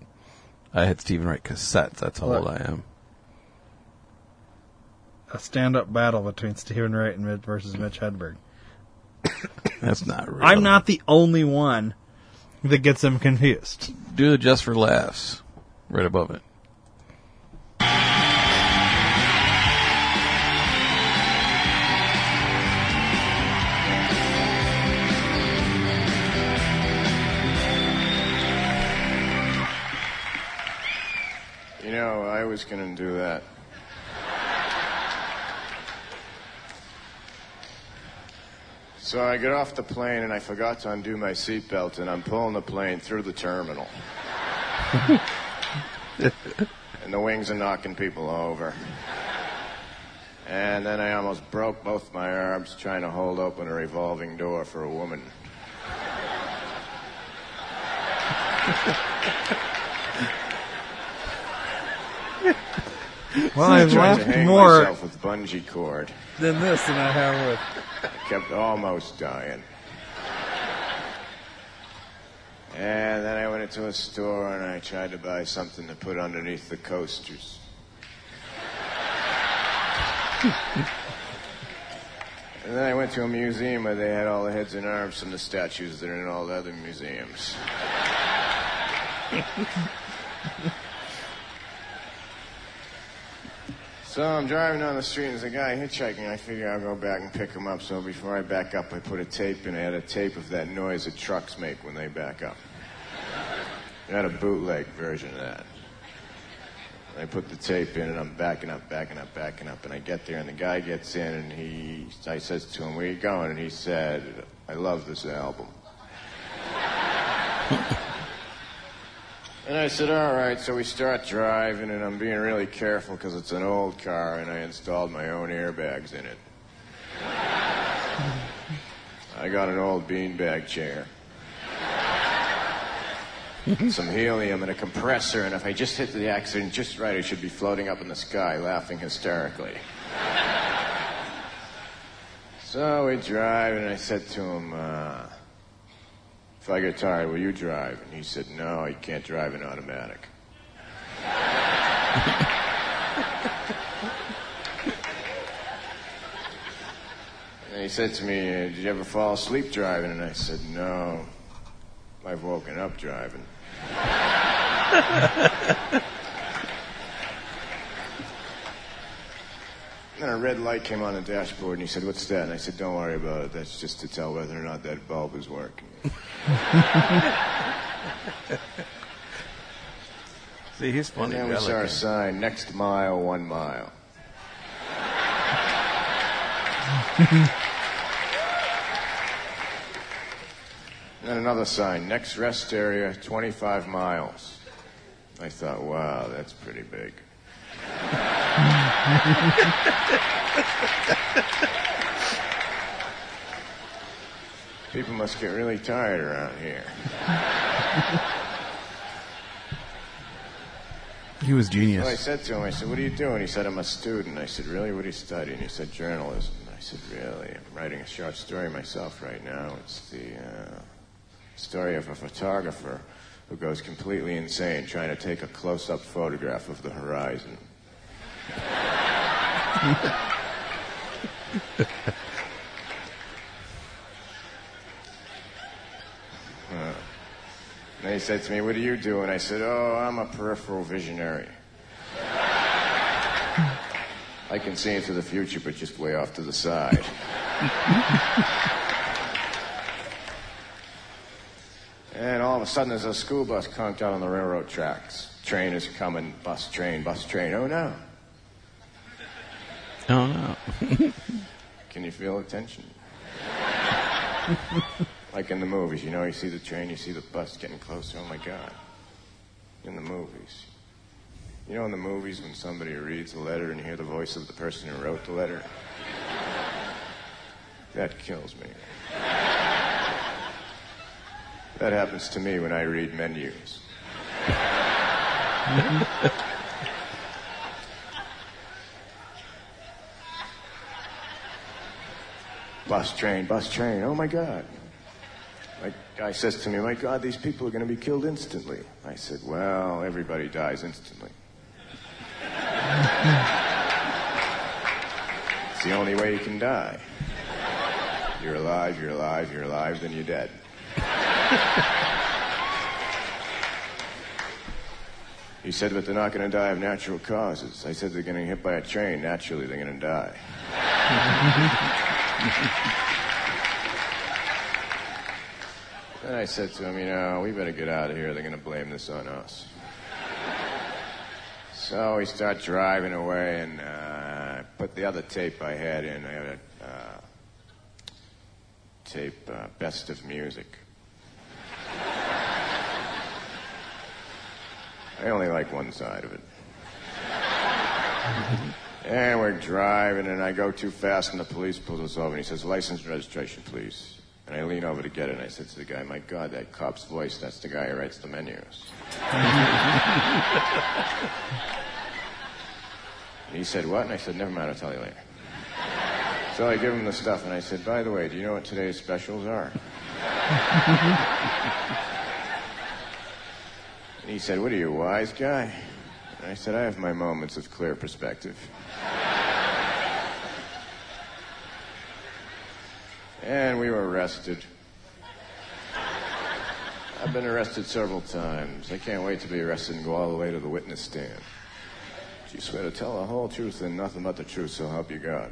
I had Stephen Wright cassettes. That's how old Look. I am. A stand-up battle between Stephen Wright and Mitch versus Mitch Hedberg. That's not real. I'm not the only one that gets them confused. Do the just for laughs right above it. You know, I was going to do that. So I get off the plane and I forgot to undo my seatbelt, and I'm pulling the plane through the terminal. and the wings are knocking people over. And then I almost broke both my arms trying to hold open a revolving door for a woman. Well, I've tried to laughed hang more- myself with bungee cord. Then this, and I have with. I kept almost dying. And then I went into a store and I tried to buy something to put underneath the coasters. and then I went to a museum where they had all the heads and arms from the statues that are in all the other museums. So I'm driving down the street and there's a guy hitchhiking. I figure I'll go back and pick him up. So before I back up, I put a tape in. I had a tape of that noise that trucks make when they back up. I had a bootleg version of that. I put the tape in and I'm backing up, backing up, backing up. And I get there and the guy gets in and he, I says to him, where you going? And he said, I love this album. And I said, all right. So we start driving, and I'm being really careful because it's an old car, and I installed my own airbags in it. I got an old beanbag chair, some helium, and a compressor, and if I just hit the accident just right, I should be floating up in the sky laughing hysterically. So we drive, and I said to him, uh, if I get tired, will you drive? And he said, No, I can't drive an automatic. and he said to me, uh, Did you ever fall asleep driving? And I said, No, I've woken up driving. Then a red light came on the dashboard, and he said, What's that? And I said, Don't worry about it. That's just to tell whether or not that bulb is working. See, he's funny. And then we I like saw a him. sign next mile, one mile. And then another sign, next rest area, 25 miles. I thought, wow, that's pretty big. People must get really tired around here. He was So I genius. said to him, I said, what are you doing? He said, I'm a student. I said, really? What are you studying? He said, journalism. I said, really? I'm writing a short story myself right now. It's the uh, story of a photographer who goes completely insane trying to take a close up photograph of the horizon. Uh, and he said to me, What do you do? And I said, Oh, I'm a peripheral visionary. I can see into the future, but just way off to the side. and all of a sudden, there's a school bus conked out on the railroad tracks. Train is coming, bus train, bus train. Oh no. Oh no. Can you feel the tension? like in the movies, you know, you see the train, you see the bus getting closer. Oh my God. In the movies. You know, in the movies, when somebody reads a letter and you hear the voice of the person who wrote the letter? That kills me. That happens to me when I read menus. bus train, bus train. Oh my God. My guy says to me, My God, these people are going to be killed instantly. I said, Well, everybody dies instantly. it's the only way you can die. You're alive, you're alive, you're alive, then you're dead. He said, But they're not going to die of natural causes. I said, They're going to hit by a train. Naturally, they're going to die. Then I said to him, you know, we better get out of here. They're going to blame this on us. so we start driving away, and uh, I put the other tape I had in. I had a uh, tape, uh, Best of Music. I only like one side of it. And we're driving, and I go too fast, and the police pulls us over, and he says, "License and registration, please." And I lean over to get it, and I said to the guy, "My God, that cop's voice—that's the guy who writes the menus." And he said, "What?" And I said, "Never mind, I'll tell you later." So I give him the stuff, and I said, "By the way, do you know what today's specials are?" And he said, What are you, a wise guy? And I said, I have my moments of clear perspective. and we were arrested. I've been arrested several times. I can't wait to be arrested and go all the way to the witness stand. You swear to tell the whole truth and nothing but the truth, so help you God.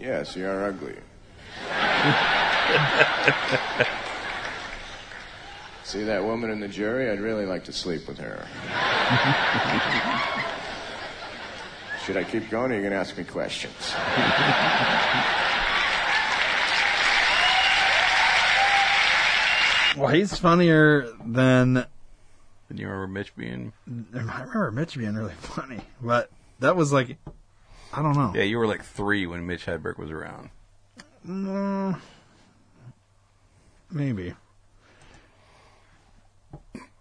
Yes, you are ugly. See that woman in the jury? I'd really like to sleep with her. Should I keep going or are you going to ask me questions? Well, he's funnier than. Than you remember Mitch being. I remember Mitch being really funny, but that was like, I don't know. Yeah, you were like three when Mitch Hedberg was around. Mm, maybe.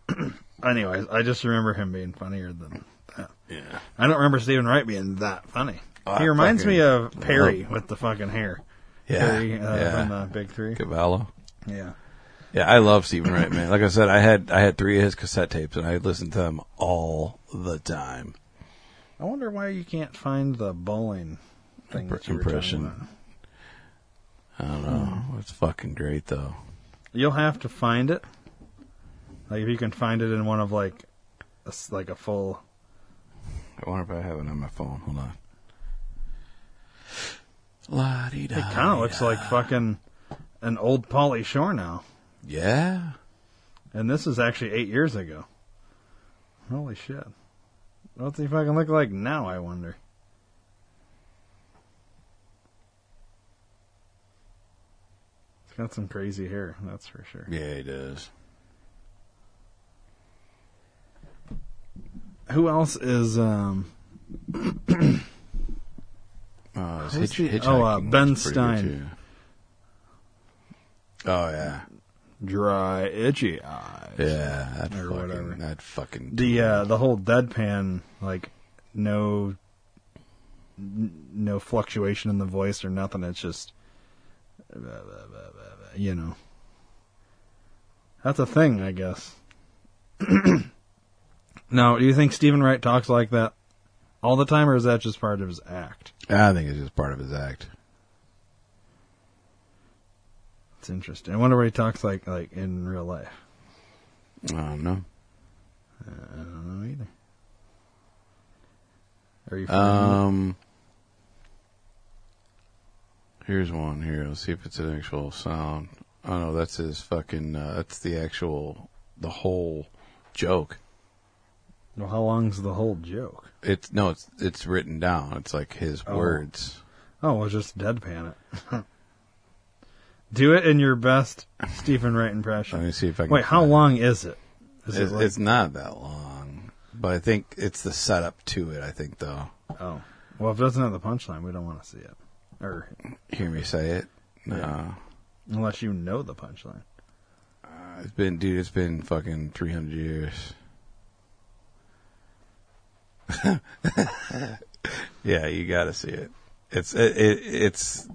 Anyways, I just remember him being funnier than that. Yeah. I don't remember Stephen Wright being that funny. Oh, he I reminds me of fucking Perry love- with the fucking hair. Yeah, Perry, uh, yeah. from the Big Three. Cavallo. Yeah. Yeah, I love Stephen Wright, man. Like I said, I had I had three of his cassette tapes, and I listened to them all the time. I wonder why you can't find the bowling thing. that you were talking about. Impression. I don't know. Oh. It's fucking great though. You'll have to find it. Like if you can find it in one of like, a s like a full. I wonder if I have it on my phone. Hold on. La di It kind of looks like fucking an old Polly Shore now. Yeah. And this is actually eight years ago. Holy shit! What's he fucking look like now? I wonder. It's got some crazy hair, that's for sure. Yeah, it is. Who else is um? Oh, it's who's hitch, the- hitchhiking. oh, uh, Ben It's pretty good, Stein. too. Oh yeah, dry itchy eyes. Yeah, that or fucking- whatever. that fucking- the uh, the whole deadpan like no n- no fluctuation in the voice or nothing. It's just uh, you know that's a thing, I guess. now, do you think Stephen Wright talks like that all the time, or is that just part of his act? I think it's just part of his act. It's interesting. I wonder what he talks like like in real life. I don't know. Uh, I don't know either. Are you? Um, here's one. Here, let's see if it's an actual sound. Oh no, that's his fucking. Uh, that's the actual, the whole joke. Well, how long's the whole joke? It's no, it's it's written down. It's like his Oh. words. Oh, well, just deadpan it. Do it in your best Stephen Wright impression. Let me see if I can Wait, how find long is it? Is it's, it like- it's not that long, but I think it's the setup to it. I think though. Oh, well, if it doesn't have the punchline, we don't want to see it. Or Hear me say it. No, unless you know the punchline. it's been dude. It's been fucking three hundred years. yeah, you got to see it. It's it, it it's.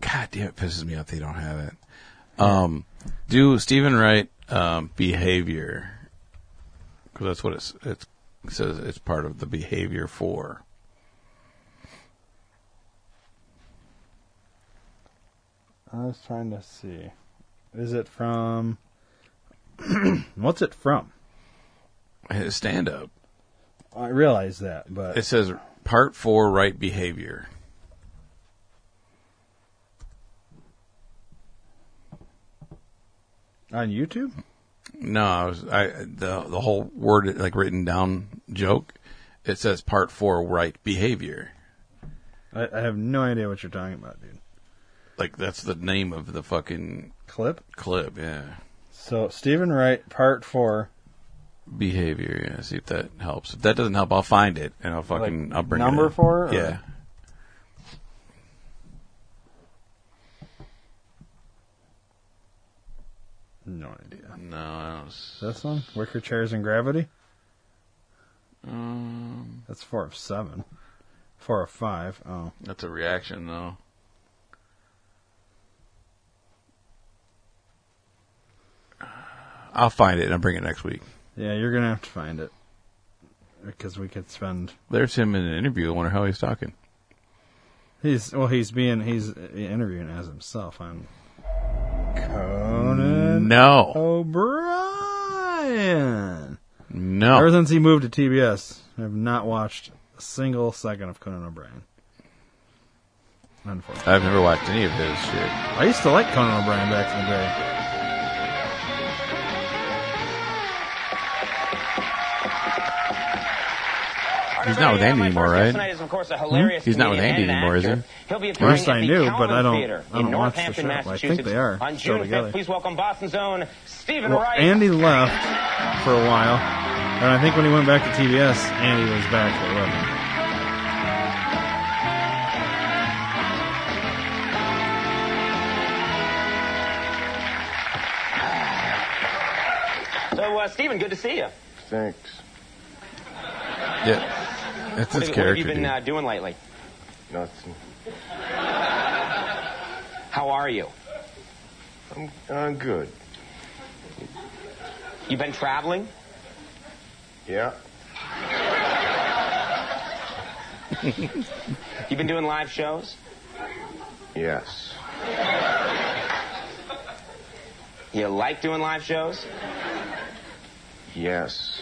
God damn, it pisses me off they don't have it. Um, do Stephen Wright um, behavior? Because that's what it's it's it says it's part of the behavior for. I was trying to see. Is it from? What's it from? His stand up. I realize that, but It says part four right behavior. on YouTube. No, I was I the the whole word like written down joke. It says part four right behavior. I, I have no idea what you're talking about, dude. Like that's the name of the fucking Clip. clip. Yeah, So Stephen Wright, part four. behavior. Yeah, see if that helps. If that doesn't help, I'll find it and I'll fucking Like, I'll bring number it in. four, or- Yeah, No idea. No, I don't. This one, wicker chairs and gravity. Um, That's four of seven. Four of five. Oh. that's a reaction though. I'll find it and I'll bring it next week. Yeah, you're going to have to find it. Because we could spend. There's him in an interview. I wonder how he's talking. He's. Well, he's being. He's interviewing as himself on Conan No. O'Brien. No. Ever since he moved to TBS, I have not watched a single second of Conan O'Brien. Unfortunately. I've never watched any of his shit. I used to like Conan O'Brien back in the day. He's not with Andy anymore, right? Hmm? Tonight is, of course, a hilarious He's not with comedian Andy and an anymore, is he? actor. He'll be Last appearing at I the knew, but Calvin I don't- Theater I don't watch in the Northampton, show. I think Massachusetts they are still On June 5th, together. please welcome Boston's own Stephen Well, Wright. Andy left for a while, and I think when he went back to TBS, Andy was back for living. So, uh, Stephen, good to see you. Thanks. Yeah. That's what, his have- character. what have you been dude. uh, doing lately? Nothing. How are you? I'm, I'm good. You been traveling? Yeah. you been doing live shows? Yes. You like doing live shows? Yes.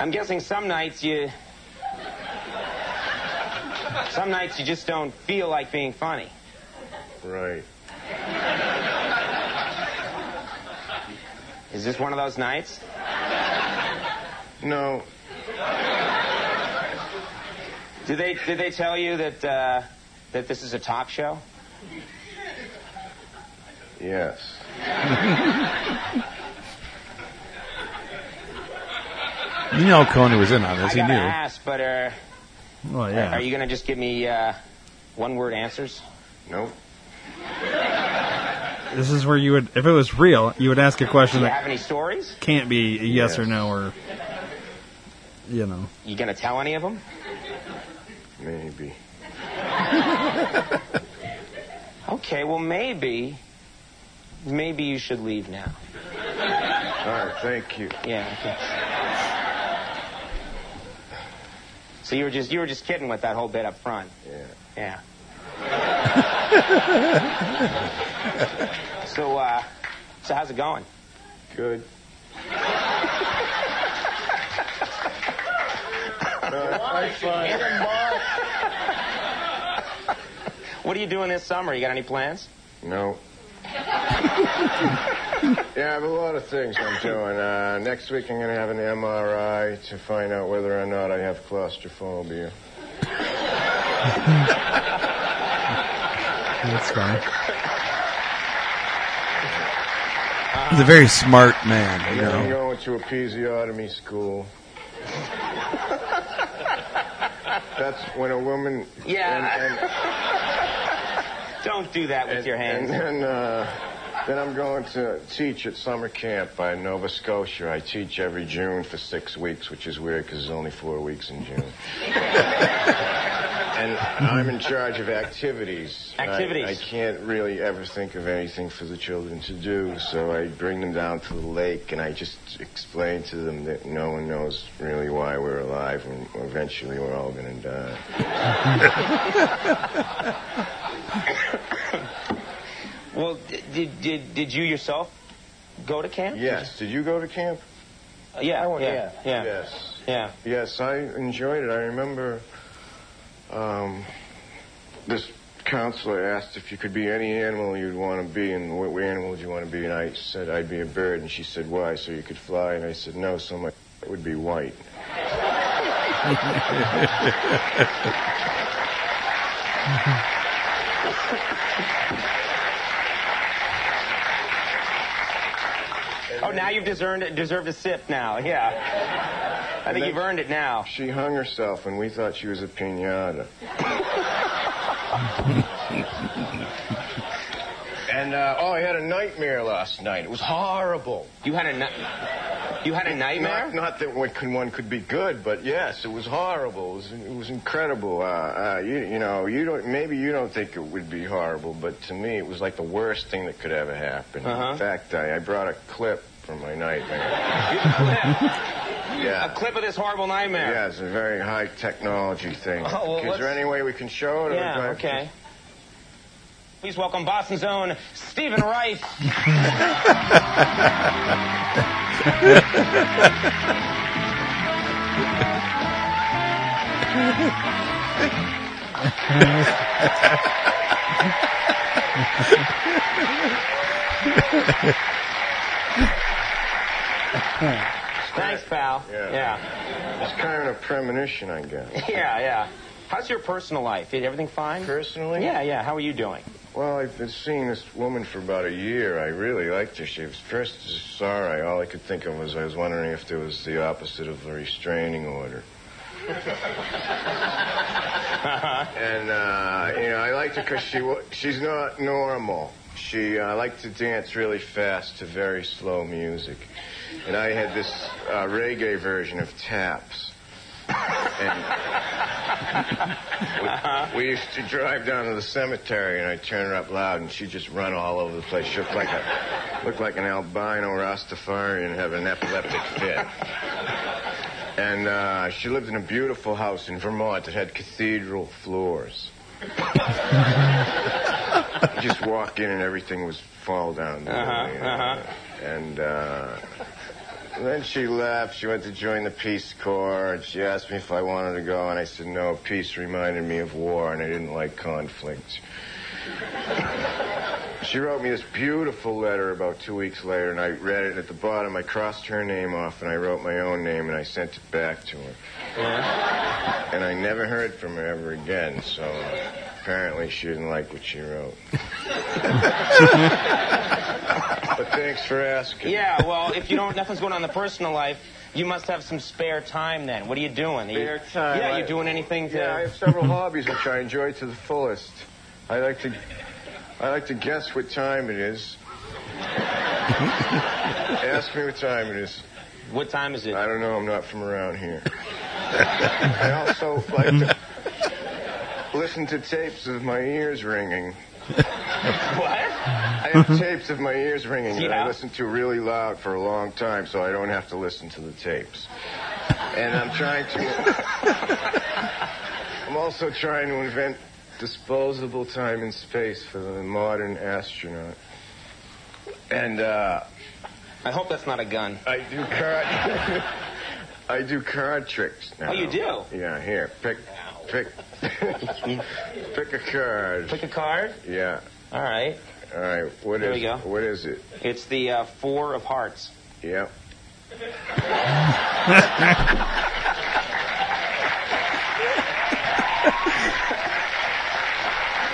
I'm guessing some nights you. Some nights you just don't feel like being funny. Right. Is this one of those nights? No. Did they did they tell you that uh, that this is a talk show? Yes. You know Conan was in on this. I he gotta knew. ask, but uh, Well, are you gonna just give me uh, one word answers? Nope. This is where you would, if it was real, you would ask a Do question you that have any stories? can't be a yes, or no or you know. You gonna tell any of them? Maybe. Okay, well maybe, maybe you should leave now. All right. Thank you. Yeah. So you were just you were just kidding with that whole bit up front. Yeah. Yeah. so uh, so how's it going? Good. What are you doing this summer? You got any plans? No. yeah, I have a lot of things I'm doing. Uh, next week I'm going to have an MRI to find out whether or not I have claustrophobia. That's fine. He's a very smart man. And You then I'm know. going to episiotomy school. That's when a woman. Yeah. Don't do that with your And hands. then, uh, then I'm going to teach at summer camp by Nova Scotia. I teach every June for six weeks, which is weird because it's only four weeks in June. and I'm in charge of activities. I- Activities. I, can't really ever think of anything for the children to do, so I bring them down to the lake and I just explain to them that no one knows really why we're alive and eventually we're all going to die. Well, d- did, did did you yourself go to camp? Yes. Did you go to camp? Uh, yeah, I went- yeah, yeah. Yes. Yeah. Yes, I enjoyed it. I remember um, this counselor asked if you could be any animal you'd want to be, and what animal would you want to be? And I said I'd be a bird, and she said why? So you could fly, and I said no, so my would be white. Oh, now you've deserved deserved a sip now. Yeah. I think you've earned it now. She hung herself, and we thought she was a pinata. and uh, oh, I had a nightmare last night. It was horrible. You had a ni- you had a nightmare. Not, not that one could, one could be good, but yes, it was horrible. It was, it was incredible. Uh, uh, you, you know, you don't. Maybe you don't think it would be horrible, but to me, it was like the worst thing that could ever happen. Uh-huh. In fact, I, I brought a clip from my nightmare. yeah. A clip of this horrible nightmare. Yeah, it's a very high technology thing. Oh, well, Is there let's- any way we can show it? or do I Yeah. have to- Okay. Please welcome Boston's own Stephen Wright. Thanks, pal. Yeah. Yeah. It's kind of a premonition, I guess. Yeah, yeah. How's your personal life? Is everything fine? Personally? Yeah, yeah. How are you doing? Well, I've been seeing this woman for about a year. I really liked her. She was first sorry. All I could think of was I was wondering if there was the opposite of a restraining order. And uh, you know, I liked her because she wa- she's not normal. She uh, liked to dance really fast to very slow music, and I had this uh, reggae version of taps. And we, we used to drive down to the cemetery, and I'd turn her up loud, and she'd just run all over the place. She looked like a looked like an albino Rastafarian having an epileptic fit. And uh, she lived in a beautiful house in Vermont that had cathedral floors. you just walk in and everything was fall down. Uh-huh, you know. And uh, then she left. She went to join the Peace Corps. And she asked me if I wanted to go, and I said no. Peace reminded me of war, and I didn't like conflict. She wrote me this beautiful letter about two weeks later, and I read it. and At the bottom, I crossed her name off, and I wrote my own name, and I sent it back to her. And I never heard from her ever again. So uh, apparently, she didn't like what she wrote. but thanks for asking. Yeah, well, if you don't, nothing's going on in the personal life, you must have some spare time then. What are you doing? Are you- Spare time. Yeah, I- you doing anything to. Yeah, I have several hobbies which I enjoy to the fullest. I like to, I like to guess what time it is. Ask me what time it is. What time is it? I don't know. I'm not from around here. I also like to listen to tapes of my ears ringing. I have tapes of my ears ringing that I listen to really loud for a long time, so I don't have to listen to the tapes. And I'm trying to. I'm also trying to invent disposable time and space for the modern astronaut. And uh, I hope that's not a gun. I do card. I do card tricks now. Oh, you do? Yeah. Here, pick, pick, pick a card. Pick a card? Yeah. All right. All right. What Here is- we go. What is it? It's the uh, Four of Hearts. Yep.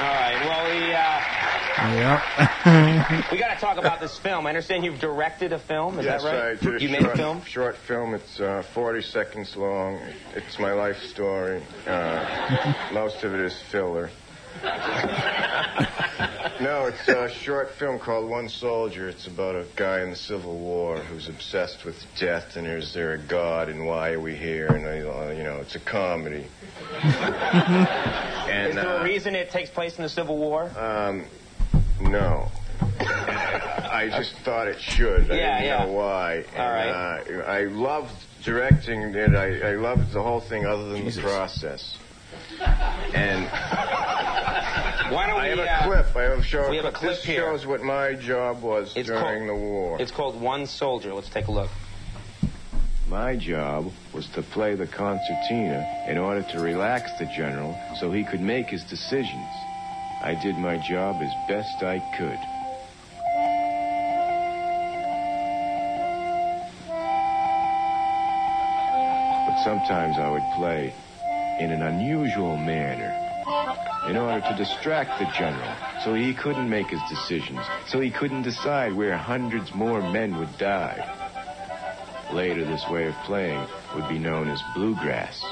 All right, well, we, uh, Yep. we got to talk about this film. I understand you've directed a film, is yes, that I right? did a you short, made a film? Short film. It's uh, 40 seconds long. It's my life story. Uh, most of it is filler. no, it's a short film called One Soldier. It's about a guy in the Civil War who's obsessed with death and is there a God and why are we here? And, uh, you know, it's a comedy. Is and, there uh, a reason it takes place in the Civil War? Um, no. I just thought it should. I Yeah, didn't yeah. know why. All and, uh, I loved directing it. I, I loved the whole thing other than the process. And Why don't I have we, a uh, clip. I have a show. we have a clip this here. shows what my job was during the war. It's called One Soldier. Let's take a look. My job was to play the concertina in order to relax the general so he could make his decisions. I did my job as best I could. But sometimes I would play in an unusual manner in order to distract the general so he couldn't make his decisions, so he couldn't decide where hundreds more men would die. Later, this way of playing would be known as bluegrass.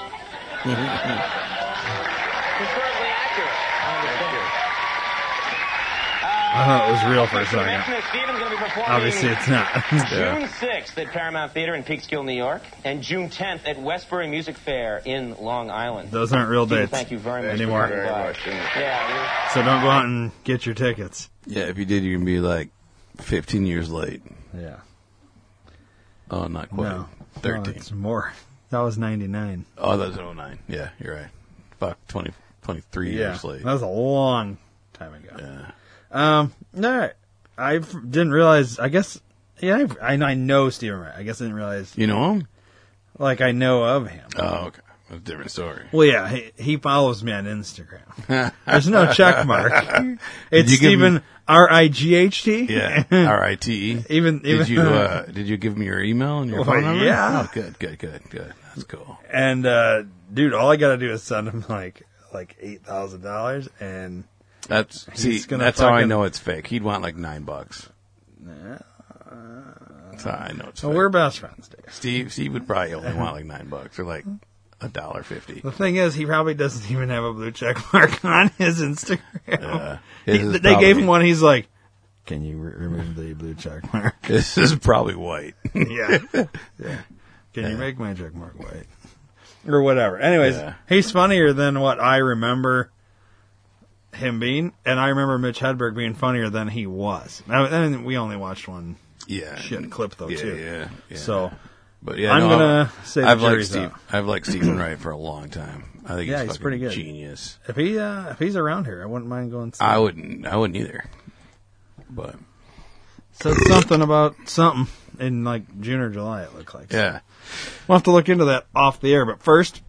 I thought it was real Oh, for a second. Mention that Steven's going to be performing. Obviously, it's not. June 6th at Paramount Theater in Peekskill, New York, and June 10th at Westbury Music Fair in Long Island. Those aren't real Stephen, dates Thank you very much. for anymore. coming by. Yeah. So don't go out and get your tickets. Yeah, if you did, you'd be like 15 years late. Yeah. Oh, not quite. No. 13. No, it's more. That was 99. Oh, that was 09. Yeah, you're right. Fuck, 20, 23 yeah. years late. That was a long time ago. Yeah. Um, all right. I f- didn't realize. I guess. Yeah, I, I, I know Stephen Wright. I guess I didn't realize. You know him? Like I know of him. Oh, okay. That's a different story. Well, yeah, he, he follows me on Instagram. There's no check mark. It's You give him- Stephen R I G H T. Yeah, R I T E. Even- even- did you uh, did you give him your email and your Well, phone number? yeah. Oh, good, good, good, good. That's cool. And uh, dude, all I gotta do is send him like like eight thousand dollars, and That's he's see, gonna that's how I fucking- know it's fake. He'd want like nine bucks. That's how I know it's. Well, fake. we're best friends, Dave. Steve Steve would probably only want like nine bucks or like a dollar fifty. The thing is, he probably doesn't even have a blue check mark on his Instagram. Yeah. He- His is they probably- gave him one. He's like, "Can you re- remove the blue check mark?" This is probably white. yeah, yeah. Can you make my check mark white or whatever? Anyways, Yeah. he's funnier than what I remember him being, and I remember Mitch Hedberg being funnier than he was. I and we only watched one, Yeah. shit clip though Yeah, too. yeah, yeah. So, But yeah, I'm no, gonna say the I've liked jury's Steve. out. I've liked Stephen Wright for a long time. I think yeah, he's, he's fucking pretty good. Genius. If he uh, if he's around here, I wouldn't mind going. see I him. wouldn't. I wouldn't either. But said something about something in like June or July. It looked like. yeah, We'll have to look into that off the air, but first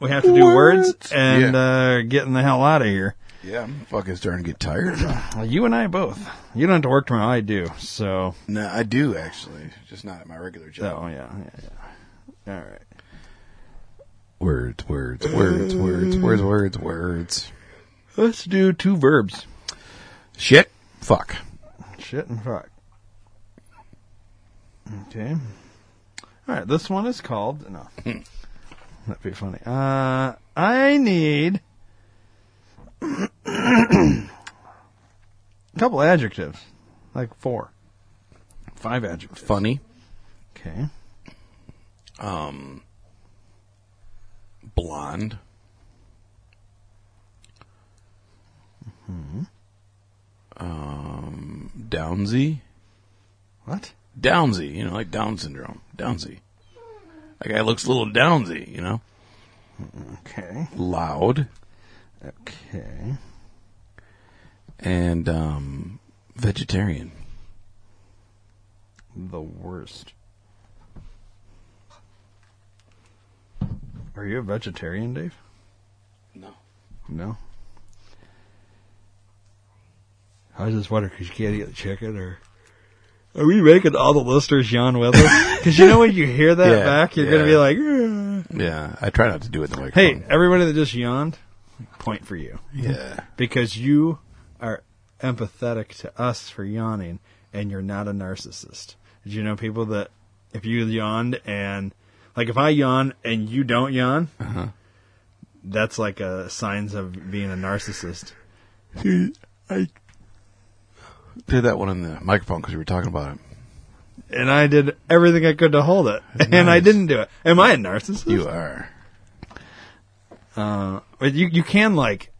we have to do words and uh, getting the hell out of here. yeah, I'm fucking starting to get tired. Well, you and I both. You don't have to work tomorrow. I do. So. no, I do actually, just not at my regular job. Oh yeah, yeah, yeah. All right. Words, words, words, words, words, words, words. Let's do two verbs. Shit, fuck. Shit and fuck. Okay. All right. This one is called. No. That'd be funny. Uh, I need a couple adjectives, like four, five adjectives. Funny. Okay. Um. Blonde. Um. Downsy. What? Downsy. You know, like Down syndrome. Downsy. That guy looks a little downsy. You know. Okay. Loud. Okay. And um, vegetarian. The worst. Are you a vegetarian, Dave? No. No. I was just wondering because you can't eat chicken or. Are we making all the listeners yawn with us? Because you know when you hear that Yeah, back, you're going to yeah. be like, "Ugh." Yeah, I try not to do it in the microphone. hey, everybody that just yawned, point for you. Yeah. Because you are empathetic to us for yawning and you're not a narcissist. Did you know people that if you yawned and, like if I yawn and you don't yawn, Uh-huh. that's like a signs of being a narcissist. Dude, I did that one on the microphone because we were talking about it. and I did everything I could to hold it, and I didn't do it. Am I a narcissist? You are. Uh, but you you can like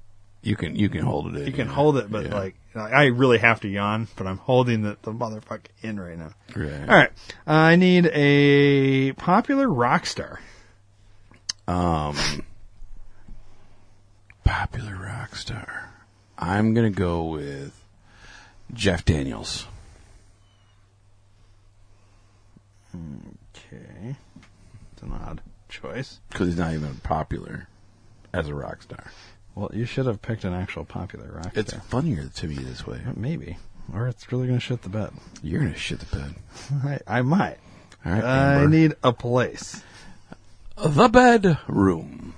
You can you can hold it. In, you can yeah. hold it, but Yeah. like I really have to yawn, but I'm holding the, the motherfucker in right now. Right. All right, I need a popular rock star. Um, popular rock star. I'm gonna go with Jeff Daniels. Okay, it's an odd choice. because he's not even popular as a rock star. Well, you should have picked an actual popular rock It's star. funnier to me this way. Maybe, or it's really gonna shit the bed. You're gonna shit the bed. I, I might. All right, I Amber. need a place. the bedroom.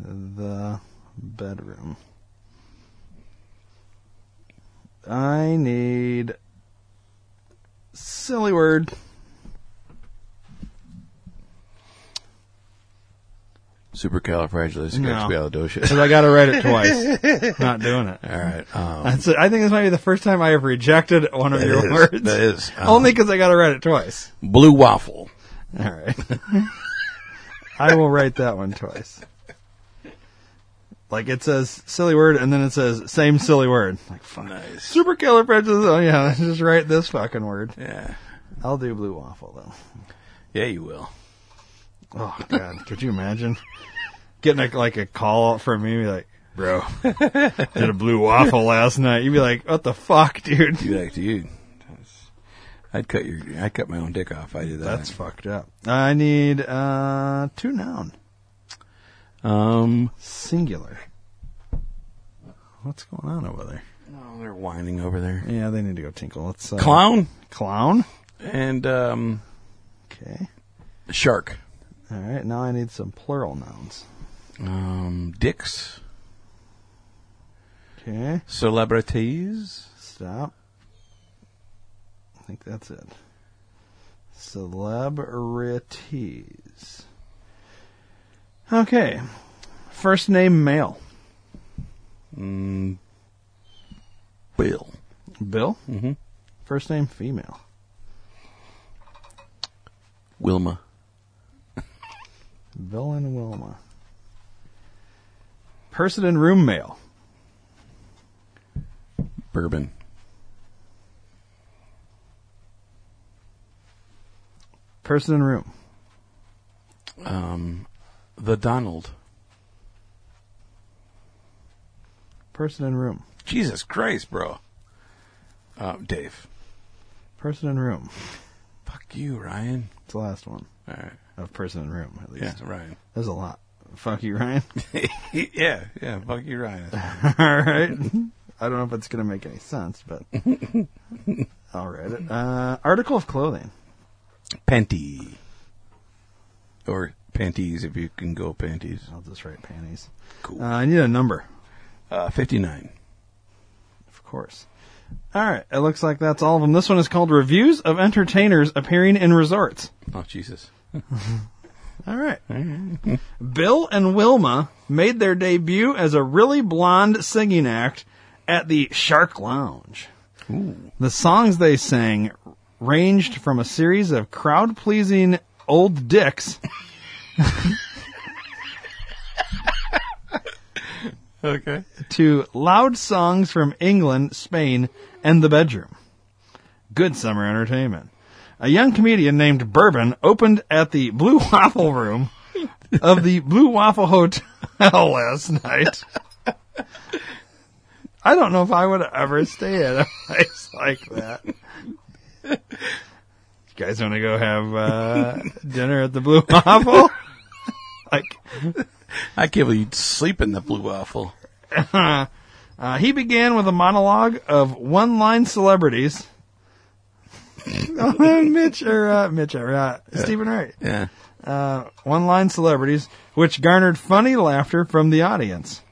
the bedroom. I need silly word. Supercalifragilisticexpialidocious. Because I got to write it twice. Not doing it. All right. Um, That's it. I think this might be the first time I have rejected one of That your is- words. that is, um, Only because I got to write it twice. blue waffle. All right. I will write that one twice. Like it says silly word, and then it says same silly word. Like fuck. Nice. Super killer prejudice. Oh yeah, let's just write this fucking word. Yeah. I'll do blue waffle Yeah, you will. though. Oh god, could you imagine getting a, like a call from me? Like, bro. Did a blue waffle last night. You'd be like, what the fuck, dude? You'd be like, dude. I'd cut your, I cut my own dick off. I did that. That's fucked up. I need uh two noun. Um, singular. What's going on over there? Oh, they're whining over there. Yeah, they need to go tinkle. Let's uh, Clown. clown, and um, okay, shark. All right, now I need some plural nouns. Um, dicks. Okay, Celebrities. stop. I think that's it. Celebrities. Okay, first name male. Mm, Bill. Bill. Mm-hmm. First name female. Wilma. Bill and Wilma. Person and room male. Bourbon. Person in room. Um, the Donald. Person in room. Jesus Christ, bro. Uh, Dave. Person in room. Fuck you, Ryan. It's the last one. All right. Of person in room, at least. Yeah, Ryan. There's a lot. Fuck you, Ryan. yeah, yeah. Fuck you, Ryan. All right. I don't know if it's going to make any sense, but I'll read it. Uh, article of clothing. Panty. Or panties, if you can go panties. I'll just write panties. Cool. Uh, I need a number, Uh, 59. of course. All right. It looks like that's all of them. This one is called Reviews of Entertainers Appearing in Resorts. Oh, Jesus. All right. Bill and Wilma made their debut as a really blonde singing act at the Shark Lounge. The songs they sang ranged from a series of crowd pleasing old dicks Okay. to loud songs from England, Spain, and the bedroom. Good summer entertainment. A young comedian named Bourbon opened at the Blue Waffle Room of the Blue Waffle Hotel last night. I don't know if I would ever stay at a place like that. You guys want to go have uh, dinner at the Blue Waffle? like, I can't believe you'd sleep in the blue waffle. uh, he began with a monologue of one-line celebrities. Mitch or uh, Mitch or uh, Stephen Wright. Yeah. Uh, one-line celebrities, which garnered funny laughter from the audience.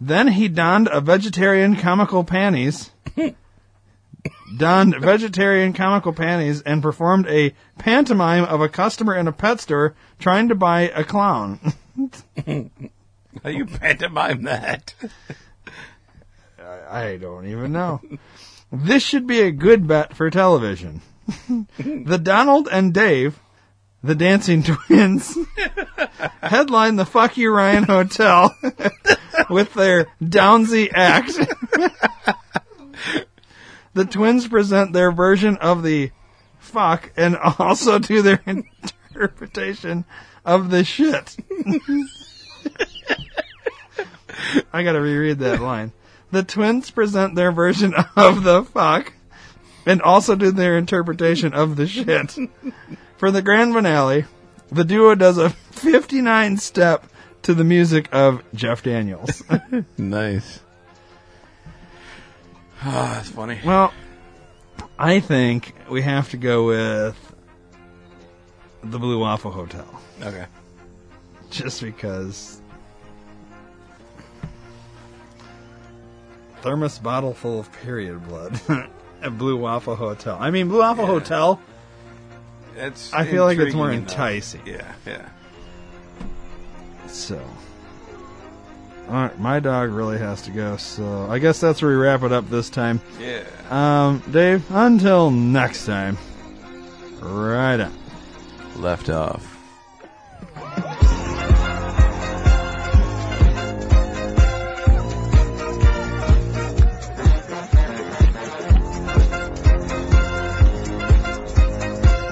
Then he donned a vegetarian comical panties. donned vegetarian comical panties and performed a pantomime of a customer in a pet store trying to buy a clown. How you pantomime that? I don't even know. this should be a good bet for television. the Donald and Dave, the dancing twins, headline the Fuck You Ryan Hotel with their Downsy act. the twins present their version of the fuck and also do their interpretation of the shit. I gotta reread that line. The twins present their version of the fuck and also do their interpretation of the shit. For the grand finale, the duo does a 59 step to the music of Jeff Daniels. Nice. Ah, that's funny. well, I think we have to go with the Blue Waffle Hotel Okay. just because. Thermos bottle full of period blood at Blue Waffle Hotel. I mean, Blue Waffle Hotel. That's I feel like it's more intriguing enough. enticing. Yeah, yeah. So. Alright, my dog really has to go, so I guess that's where we wrap it up this time. Yeah. Um, Dave, until next time. Right on. Left off. Thank you.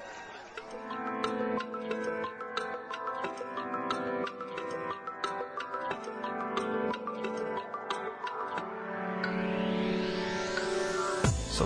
So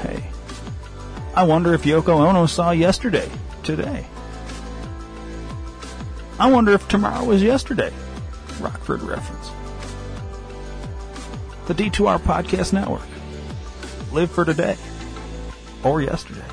Hey, I wonder if Yoko Ono saw yesterday, today. I wonder if tomorrow is yesterday. Rockford reference. The D2R Podcast Network. Live for today or yesterday.